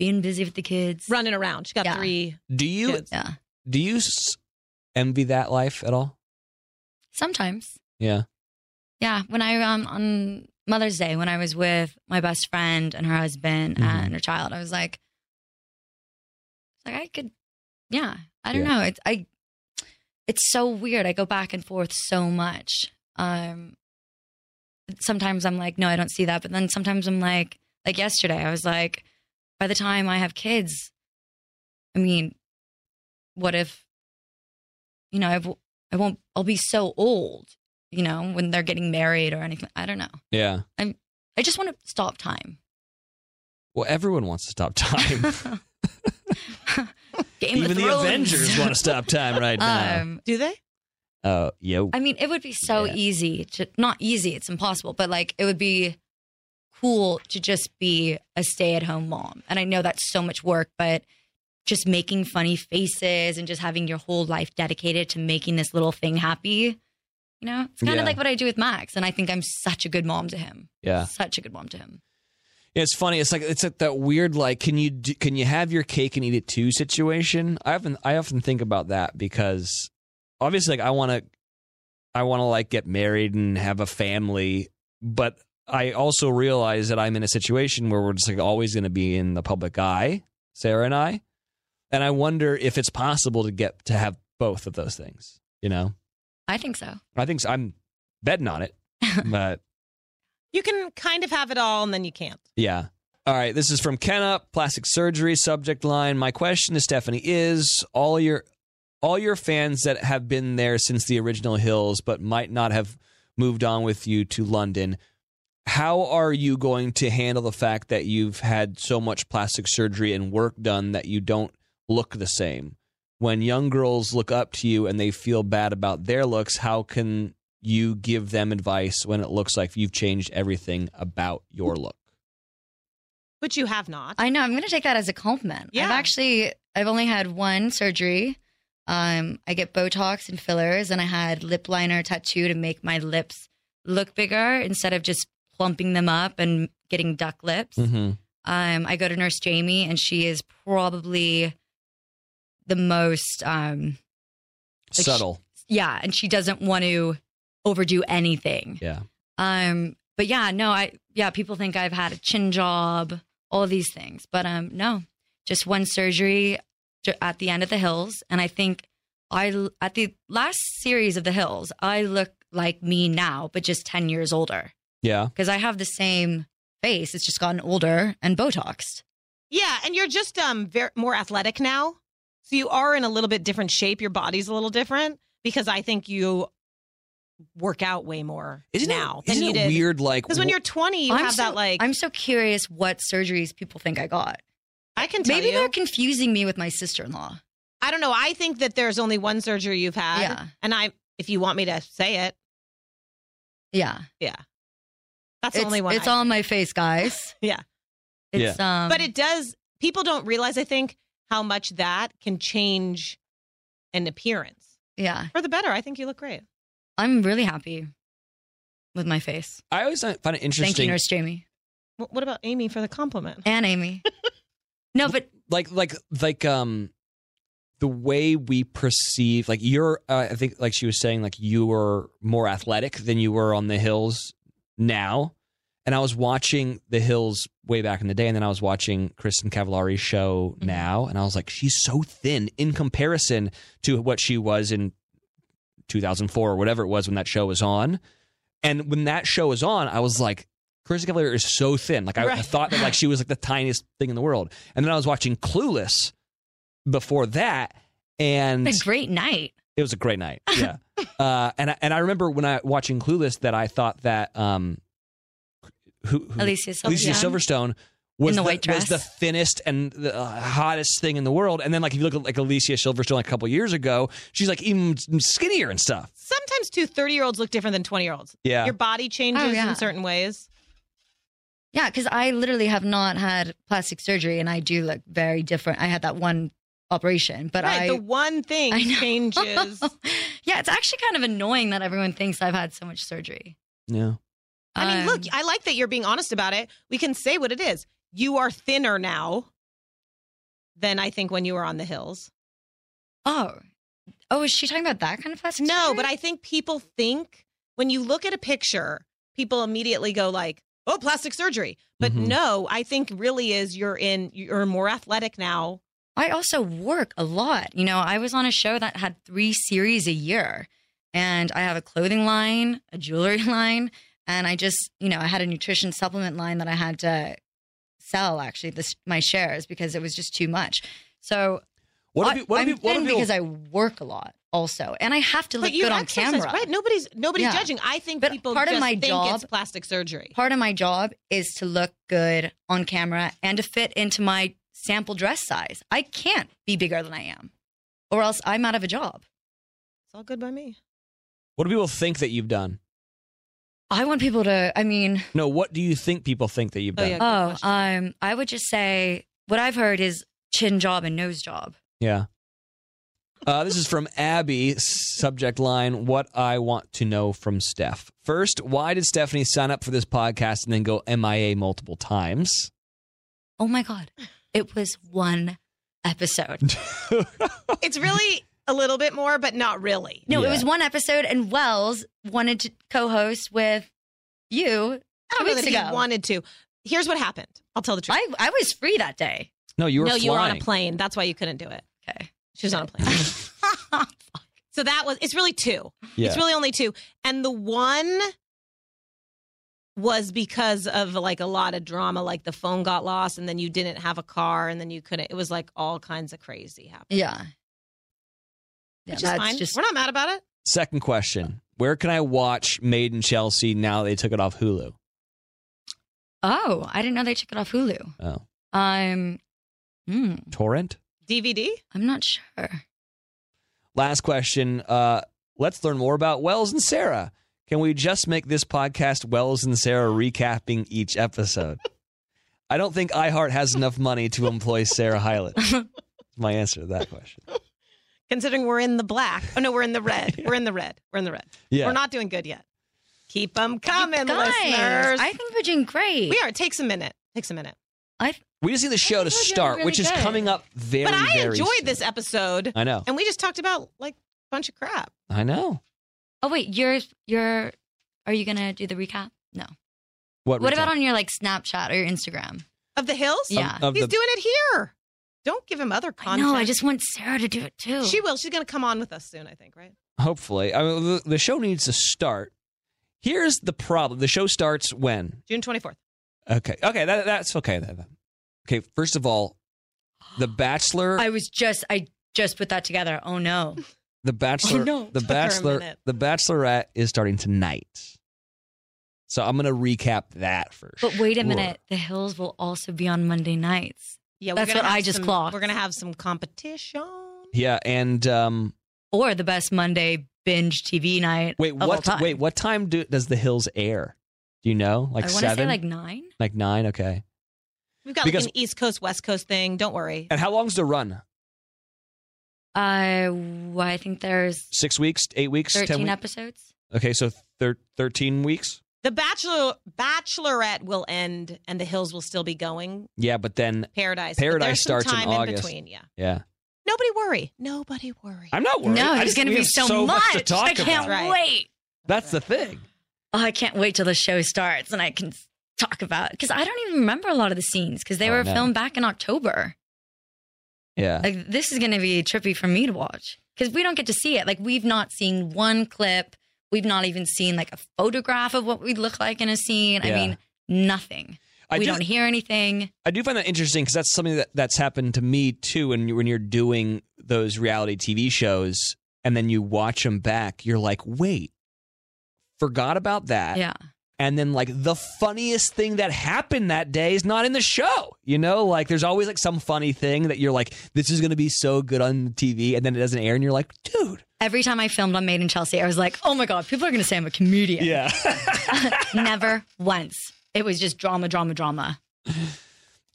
[SPEAKER 4] being busy with the kids,
[SPEAKER 5] running around. She got three.
[SPEAKER 3] Do you
[SPEAKER 4] Yeah.
[SPEAKER 3] do you s- envy that life at all?
[SPEAKER 4] Sometimes,
[SPEAKER 3] Yeah.
[SPEAKER 4] yeah. When I um on Mother's Day, when I was with my best friend and her husband
[SPEAKER 3] Mm-hmm.
[SPEAKER 4] and her child, I was like, like I could, yeah. I don't
[SPEAKER 3] Yeah.
[SPEAKER 4] know. It's I. It's so weird. I go back and forth so much. Um, sometimes I'm like, no, I don't see that. But then sometimes I'm like, like yesterday, I was like, by the time I have kids, I mean, what if, you know, I w- I won't, I'll be so old, you know, when they're getting married or anything. I don't know.
[SPEAKER 3] Yeah.
[SPEAKER 4] I'm, I just want to stop time.
[SPEAKER 3] Well, everyone wants to stop time.
[SPEAKER 4] Game
[SPEAKER 3] Even
[SPEAKER 4] of
[SPEAKER 3] the
[SPEAKER 4] Thrones.
[SPEAKER 3] Avengers want to stop time right now.
[SPEAKER 4] Um,
[SPEAKER 5] Do they?
[SPEAKER 3] Oh, yo.
[SPEAKER 4] I mean, it would be so easy to not easy, it's impossible, but like it would be cool to just be a stay at home mom. And I know that's so much work, but just making funny faces and just having your whole life dedicated to making this little thing happy. You know, it's kind
[SPEAKER 3] Yeah.
[SPEAKER 4] of like what I do with Max. And I think I'm such a good mom to him.
[SPEAKER 3] Yeah.
[SPEAKER 4] Such a good mom to him.
[SPEAKER 3] Yeah, it's funny. It's like it's like that weird like can you do, can you have your cake and eat it too situation. I often I often think about that because obviously like I want to I want to like get married and have a family, but I also realize that I'm in a situation where we're just like always going to be in the public eye, Sarah and I, and I wonder if it's possible to get to have both of those things. You know,
[SPEAKER 4] I think so.
[SPEAKER 3] I think so. I'm betting on it, but
[SPEAKER 5] You can kind of have it all and then you can't.
[SPEAKER 3] Yeah. All right. This is from Kenna, plastic surgery subject line. My question to Stephanie is all your all your fans that have been there since the original Hills but might not have moved on with you to London, how are you going to handle the fact that you've had so much plastic surgery and work done that you don't look the same. When young girls look up to you and they feel bad about their looks, how can you give them advice when it looks like you've changed everything about your look?
[SPEAKER 5] But you have not.
[SPEAKER 4] I know. I'm going to take that as a compliment.
[SPEAKER 5] Yeah.
[SPEAKER 4] I've actually, I've only had one surgery. Um, I get Botox and fillers, and I had lip liner tattoo to make my lips look bigger instead of just plumping them up and getting duck lips.
[SPEAKER 3] Mm-hmm.
[SPEAKER 4] Um, I go to Nurse Jamie, and she is probably the most um, like
[SPEAKER 3] Subtle.
[SPEAKER 4] she- yeah, and she doesn't want to overdo anything.
[SPEAKER 3] yeah.
[SPEAKER 4] Um, but yeah, no, I yeah, people think I've had a chin job, all these things, but um, no, just one surgery ju- at the end of the hills, and I think I l- at the last series of the hills, I look like me now, but just ten years older
[SPEAKER 3] Yeah.
[SPEAKER 4] because I have the same face. It's just gotten older and Botoxed.
[SPEAKER 5] Yeah, and you're just um ver more athletic now, so you are in a little bit different shape. Your body's a little different because I think you work out way more
[SPEAKER 3] Isn't it-
[SPEAKER 5] now than
[SPEAKER 3] isn't
[SPEAKER 5] you
[SPEAKER 3] it
[SPEAKER 5] did.
[SPEAKER 3] weird, like,
[SPEAKER 5] because when
[SPEAKER 3] wh-
[SPEAKER 5] you're 20, you
[SPEAKER 4] I'm
[SPEAKER 5] have
[SPEAKER 4] so,
[SPEAKER 5] that like
[SPEAKER 4] I'm so curious what surgeries people think I got.
[SPEAKER 5] I can tell
[SPEAKER 4] Maybe
[SPEAKER 5] you.
[SPEAKER 4] they're confusing me with my sister-in-law.
[SPEAKER 5] I don't know. I think that there's only one surgery you've had.
[SPEAKER 4] Yeah.
[SPEAKER 5] And I, if you want me to say it,
[SPEAKER 4] Yeah,
[SPEAKER 5] yeah, that's
[SPEAKER 4] it's,
[SPEAKER 5] the only one.
[SPEAKER 4] It's
[SPEAKER 5] I-
[SPEAKER 4] on my face, guys.
[SPEAKER 5] yeah.
[SPEAKER 4] It's um,
[SPEAKER 5] but it does. People don't realize, I think, how much that can change an appearance
[SPEAKER 4] yeah.
[SPEAKER 5] for the better. I think you look great.
[SPEAKER 4] I'm really happy with my face.
[SPEAKER 3] I always find it interesting.
[SPEAKER 4] Thank you, Nurse Jamie
[SPEAKER 5] Wh- What about Amy for the compliment?
[SPEAKER 4] and Amy. no, but
[SPEAKER 3] like like like um the way we perceive like you're uh, i think like she was saying like you were more athletic than you were on the hills now and i was watching the hills way back in the day and then i was watching kristen cavallari's show
[SPEAKER 4] Mm-hmm.
[SPEAKER 3] now and i was like she's so thin in comparison to what she was in 2004 or whatever it was when that show was on and when that show was on i was like Kristen Cavallari is so thin. Like I, I
[SPEAKER 5] Right.
[SPEAKER 3] thought that like she was like the tiniest thing in the world. And then I was watching Clueless before that, and
[SPEAKER 4] a great night.
[SPEAKER 3] it was a great night. Yeah. uh, and I, and I remember when I watching Clueless that I thought that um, who, who
[SPEAKER 4] Alicia
[SPEAKER 3] Alicia Silverstone was
[SPEAKER 4] In
[SPEAKER 3] the,
[SPEAKER 4] the white
[SPEAKER 3] was the
[SPEAKER 4] dress.
[SPEAKER 3] thinnest and the uh, hottest thing in the world. And then like if you look at like Alicia Silverstone like, a couple years ago, she's like even skinnier and stuff.
[SPEAKER 5] Sometimes two 30 year olds look different than 20 year olds.
[SPEAKER 3] Yeah.
[SPEAKER 5] Your body changes
[SPEAKER 4] Oh, yeah.
[SPEAKER 5] in certain ways.
[SPEAKER 4] Yeah, because I literally have not had plastic surgery, and I do look very different. I had that one operation, but
[SPEAKER 5] right.
[SPEAKER 4] I
[SPEAKER 5] the one thing
[SPEAKER 4] I know.
[SPEAKER 5] changes.
[SPEAKER 4] yeah, it's actually kind of annoying that everyone thinks I've had so much surgery.
[SPEAKER 3] Yeah.
[SPEAKER 5] I mean, look,
[SPEAKER 4] Um,
[SPEAKER 5] I like that you're being honest about it. We can say what it is. You are thinner now than I think when you were on the hills.
[SPEAKER 4] Oh, oh, is she talking about that kind of plastic?
[SPEAKER 5] No,
[SPEAKER 4] surgery?
[SPEAKER 5] but I think people think when you look at a picture, people immediately go like, "Oh, plastic surgery." But
[SPEAKER 4] Mhm.
[SPEAKER 5] no, I think really is you're in you're more athletic now.
[SPEAKER 4] I also work a lot. You know, I was on a show that had three series a year, and I have a clothing line, a jewelry line, and I just, you know, I had a nutrition supplement line that I had to sell actually this my shares because it was just too much. So
[SPEAKER 3] What
[SPEAKER 4] I,
[SPEAKER 3] if you- what if
[SPEAKER 4] I'm
[SPEAKER 3] you- what if
[SPEAKER 4] thin
[SPEAKER 3] you-
[SPEAKER 4] because I work a lot also, and I have to look
[SPEAKER 5] But you
[SPEAKER 4] good on
[SPEAKER 5] exercise,
[SPEAKER 4] camera.
[SPEAKER 5] right? Nobody's nobody's
[SPEAKER 4] Yeah.
[SPEAKER 5] judging. I think
[SPEAKER 4] But
[SPEAKER 5] people
[SPEAKER 4] part of
[SPEAKER 5] just
[SPEAKER 4] my
[SPEAKER 5] think
[SPEAKER 4] job-
[SPEAKER 5] it's plastic surgery.
[SPEAKER 4] Part of my job is to look good on camera and to fit into my sample dress size. I can't be bigger than I am, or else I'm out of a job.
[SPEAKER 5] It's all good by me.
[SPEAKER 3] What do people think that you've done?
[SPEAKER 4] I want people to, I mean,
[SPEAKER 3] No, what do you think people think that you've
[SPEAKER 5] Oh,
[SPEAKER 3] done?
[SPEAKER 5] yeah. good
[SPEAKER 4] oh, um, I would just say what I've heard is chin job and nose job.
[SPEAKER 3] Yeah. Uh, this is from Abby. Subject line What I want to know from Steph. First, why did Stephanie sign up for this podcast and then go MIA multiple times?
[SPEAKER 4] Oh my God. It was one episode.
[SPEAKER 5] It's really a little bit more, but not really.
[SPEAKER 4] No,
[SPEAKER 3] Yeah.
[SPEAKER 4] it was one episode, and Wells wanted to co host with you.
[SPEAKER 5] I don't
[SPEAKER 4] two
[SPEAKER 5] know that
[SPEAKER 4] weeks
[SPEAKER 5] he
[SPEAKER 4] ago.
[SPEAKER 5] wanted to. Here's what happened. I'll tell the truth.
[SPEAKER 4] I, I was free that day.
[SPEAKER 3] No, you were
[SPEAKER 5] no,
[SPEAKER 3] flying.
[SPEAKER 5] you were on a plane. That's why you couldn't do it.
[SPEAKER 4] Okay.
[SPEAKER 5] She was on a plane. so that was it's really two.
[SPEAKER 3] Yeah.
[SPEAKER 5] It's really only two. And the one was because of like a lot of drama, like the phone got lost and then you didn't have a car and then you couldn't it was like all kinds of crazy happening.
[SPEAKER 4] Yeah. Yeah,
[SPEAKER 5] Which is
[SPEAKER 4] that's
[SPEAKER 5] fine.
[SPEAKER 4] just
[SPEAKER 5] We're not mad about it.
[SPEAKER 3] Second question Where can I watch Made in Chelsea now they took it off Hulu?
[SPEAKER 4] oh, I didn't know they took it off Hulu.
[SPEAKER 3] Oh,
[SPEAKER 4] Um, hmm.
[SPEAKER 3] Torrent?
[SPEAKER 5] DVD?
[SPEAKER 4] I'm not sure.
[SPEAKER 3] Last question. Uh, let's learn more about Wells and Sarah. Can we just make this podcast Wells and Sarah recapping each episode? I don't think iHeart has enough money to employ Sarah Hylet. That's my answer to that question.
[SPEAKER 5] Considering we're in the black. Oh, no, we're in the red. We're in the red. We're in the red.
[SPEAKER 3] Yeah.
[SPEAKER 5] We're not doing good yet. Keep them coming,
[SPEAKER 4] Guys,
[SPEAKER 5] listeners.
[SPEAKER 4] I think we're doing great.
[SPEAKER 5] we are. It takes a minute. takes a minute.
[SPEAKER 3] We just need the show to start,
[SPEAKER 5] really
[SPEAKER 3] which is
[SPEAKER 5] good.
[SPEAKER 3] coming up very,
[SPEAKER 5] but I
[SPEAKER 3] very
[SPEAKER 5] enjoyed
[SPEAKER 3] soon.
[SPEAKER 5] this episode.
[SPEAKER 3] I know.
[SPEAKER 5] And we just talked about like a bunch of crap.
[SPEAKER 3] I know.
[SPEAKER 4] Oh wait, yours, your, are you gonna do the recap? No.
[SPEAKER 3] What,
[SPEAKER 4] What
[SPEAKER 3] Rita?
[SPEAKER 4] about on your like Snapchat or your Instagram?
[SPEAKER 5] Of the hills?
[SPEAKER 4] Yeah.
[SPEAKER 3] of
[SPEAKER 5] He's
[SPEAKER 3] the-
[SPEAKER 5] doing it here. Don't give him other content.
[SPEAKER 4] No, I just want Sarah to do it too.
[SPEAKER 5] She will. She's going to come on with us soon, I think, right?
[SPEAKER 3] Hopefully. I mean, the, the show needs to start. Here's the problem. The show starts when?
[SPEAKER 5] June 24th.
[SPEAKER 3] Okay. Okay. That, that's okay. That- that- Okay. First of all, The Bachelor.
[SPEAKER 4] I was just, I just put that together. Oh no.
[SPEAKER 3] The Bachelor,
[SPEAKER 4] Oh, no.
[SPEAKER 3] The
[SPEAKER 4] Took her a
[SPEAKER 3] Bachelor,
[SPEAKER 4] minute.
[SPEAKER 3] The Bachelorette is starting tonight. So I'm gonna recap that first.
[SPEAKER 4] But wait a minute, the hills will also be on Monday nights.
[SPEAKER 5] Yeah, we're
[SPEAKER 4] that's
[SPEAKER 5] gonna
[SPEAKER 4] what
[SPEAKER 5] have
[SPEAKER 4] I just
[SPEAKER 5] some-
[SPEAKER 4] clocked.
[SPEAKER 5] We're going to have some competition.
[SPEAKER 3] Yeah, and um,
[SPEAKER 4] Or the best Monday binge TV night.
[SPEAKER 3] wait,
[SPEAKER 4] of all
[SPEAKER 3] what?
[SPEAKER 4] time.
[SPEAKER 3] Wait, what time do, does The Hills air? Do you know? Like
[SPEAKER 4] I wanna
[SPEAKER 3] seven?
[SPEAKER 4] say like nine.
[SPEAKER 3] Like nine? Okay.
[SPEAKER 5] We've got
[SPEAKER 3] Because-
[SPEAKER 5] like an East Coast, West Coast thing. Don't worry.
[SPEAKER 3] And how long's the run?
[SPEAKER 4] Uh, well, I think there's
[SPEAKER 3] Six weeks? Eight weeks? ten
[SPEAKER 4] thirteen
[SPEAKER 3] weeks?
[SPEAKER 4] episodes.
[SPEAKER 3] Okay, so thir- thirteen weeks.
[SPEAKER 5] The Bachelor Bachelorette will end and the hills will still be going.
[SPEAKER 3] Yeah, but then
[SPEAKER 5] Paradise. but
[SPEAKER 3] Paradise
[SPEAKER 5] there's some
[SPEAKER 3] starts
[SPEAKER 5] time
[SPEAKER 3] in August.
[SPEAKER 5] between, yeah.
[SPEAKER 3] yeah.
[SPEAKER 5] Nobody worry. Nobody worry.
[SPEAKER 3] I'm not worried.
[SPEAKER 4] No,
[SPEAKER 3] I
[SPEAKER 4] there's
[SPEAKER 3] just-
[SPEAKER 4] going to
[SPEAKER 3] we
[SPEAKER 4] be
[SPEAKER 3] have
[SPEAKER 4] so,
[SPEAKER 3] much.
[SPEAKER 4] much.
[SPEAKER 3] to talk
[SPEAKER 4] I can't
[SPEAKER 3] about.
[SPEAKER 4] wait.
[SPEAKER 3] That's the thing.
[SPEAKER 4] Oh, I can't wait till the show starts and I can s- talk about because I don't even remember a lot of the scenes because they
[SPEAKER 3] Oh,
[SPEAKER 4] were
[SPEAKER 3] no.
[SPEAKER 4] filmed back in October.
[SPEAKER 3] Yeah.
[SPEAKER 4] Like this is going to be trippy for me to watch because we don't get to see it. Like we've not seen one clip. We've not even seen like a photograph of what we look like in a scene. I
[SPEAKER 3] Yeah.
[SPEAKER 4] mean, nothing.
[SPEAKER 3] I
[SPEAKER 4] we
[SPEAKER 3] do-
[SPEAKER 4] don't hear anything.
[SPEAKER 3] I do find that interesting because that's something that, that's happened to me too. When you, when you're doing those reality TV shows and then you watch them back, you're like, wait, forgot about that.
[SPEAKER 4] Yeah.
[SPEAKER 3] And then like the funniest thing that happened that day is not in the show. You know, like there's always like some funny thing that you're like, this is gonna be so good on TV, and then it doesn't air, and you're like, dude,
[SPEAKER 4] Every time I filmed on Made in Chelsea, I was like, oh my God, people are going to say I'm a comedian.
[SPEAKER 3] yeah.
[SPEAKER 4] Never once. It was just drama, drama, drama.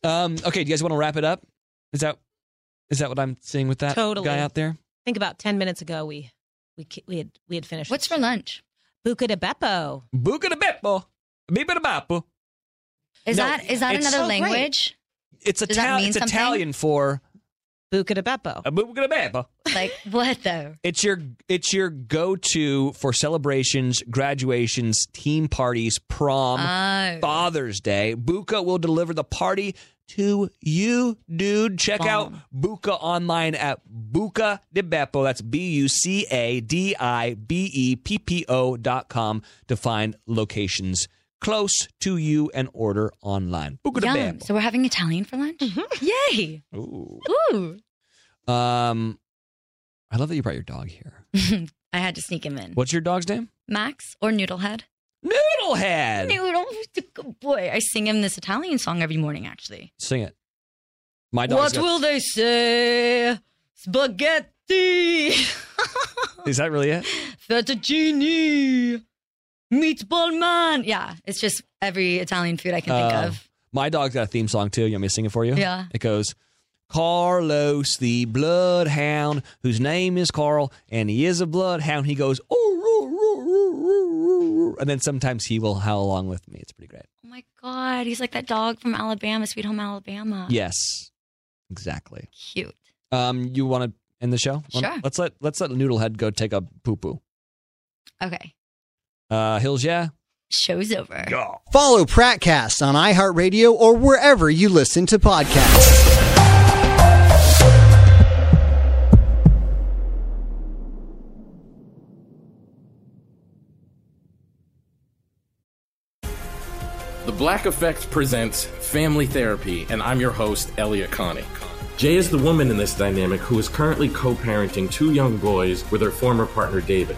[SPEAKER 3] um, okay, do you guys want to wrap it up? Is that is that what I'm seeing with that
[SPEAKER 5] Totally.
[SPEAKER 3] guy out there?
[SPEAKER 5] think about 10 minutes ago we we ki- we had we had finished
[SPEAKER 4] What's for lunch?
[SPEAKER 5] Buca de Beppo.
[SPEAKER 3] Buca de Beppo, Biba de Beppo.
[SPEAKER 4] Is
[SPEAKER 3] No,
[SPEAKER 4] that is that
[SPEAKER 3] it's-
[SPEAKER 4] another
[SPEAKER 3] Oh, great.
[SPEAKER 4] language?
[SPEAKER 3] It's
[SPEAKER 4] Does that
[SPEAKER 3] Italian.
[SPEAKER 4] mean
[SPEAKER 3] It's
[SPEAKER 4] something?
[SPEAKER 3] Italian for
[SPEAKER 5] Buca de Beppo.
[SPEAKER 3] a bu- bu- bu- bu-
[SPEAKER 4] Like what though?
[SPEAKER 3] It's your it's your go to for celebrations, graduations, team parties, prom,
[SPEAKER 4] Oh.
[SPEAKER 3] Father's Day. Buka will deliver the party to you, dude. Check out Buka online at Buca de Beppo. That's B U C A D I B E P P O dot com to find locations close to you and order online. Buca de
[SPEAKER 4] Yum.
[SPEAKER 3] Beppo.
[SPEAKER 4] So we're having Italian for lunch? Yay.
[SPEAKER 3] Ooh.
[SPEAKER 4] Ooh.
[SPEAKER 3] Um, I love that you brought your dog here.
[SPEAKER 4] I had to sneak him in.
[SPEAKER 3] What's your dog's name?
[SPEAKER 4] Max or Noodlehead?
[SPEAKER 3] Noodlehead.
[SPEAKER 4] Noodle, he's a good boy. I sing him this Italian song every morning, actually.
[SPEAKER 3] Sing it. My
[SPEAKER 4] what
[SPEAKER 3] dog's got-
[SPEAKER 4] will they say? Spaghetti,
[SPEAKER 3] is that really it?
[SPEAKER 4] fettuccine, meatball man. Yeah, it's just every Italian food I can think
[SPEAKER 3] Um,
[SPEAKER 4] of.
[SPEAKER 3] My dog's got a theme song too. You want me to sing it for you?
[SPEAKER 4] Yeah.
[SPEAKER 3] It goes. Carlos the bloodhound, whose name is Carl, and he is a bloodhound. He goes, oh, roo, roo, roo, roo, roo," and then sometimes he will howl along with me. It's pretty great.
[SPEAKER 4] Oh my God, he's like that dog from Alabama, Sweet Home Alabama.
[SPEAKER 3] Yes, exactly.
[SPEAKER 4] Cute.
[SPEAKER 3] Um, you want to end the show?
[SPEAKER 4] Sure.
[SPEAKER 3] Let's let let's let Noodlehead go take a poo poo.
[SPEAKER 4] Okay,
[SPEAKER 3] Uh, Hills, yeah.
[SPEAKER 4] show's over.
[SPEAKER 8] Follow Prattcast on iHeartRadio or wherever you listen to podcasts.
[SPEAKER 6] The Black Effect presents Family Therapy, and I'm your host, Elliot Connie. Jay is the woman in this dynamic who is currently co parenting two young boys with her former partner, David.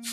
[SPEAKER 8] It's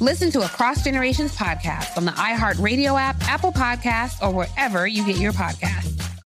[SPEAKER 1] Listen to a Cross Generations podcast on the iHeartRadio app, Apple Podcasts, or wherever you get your podcasts.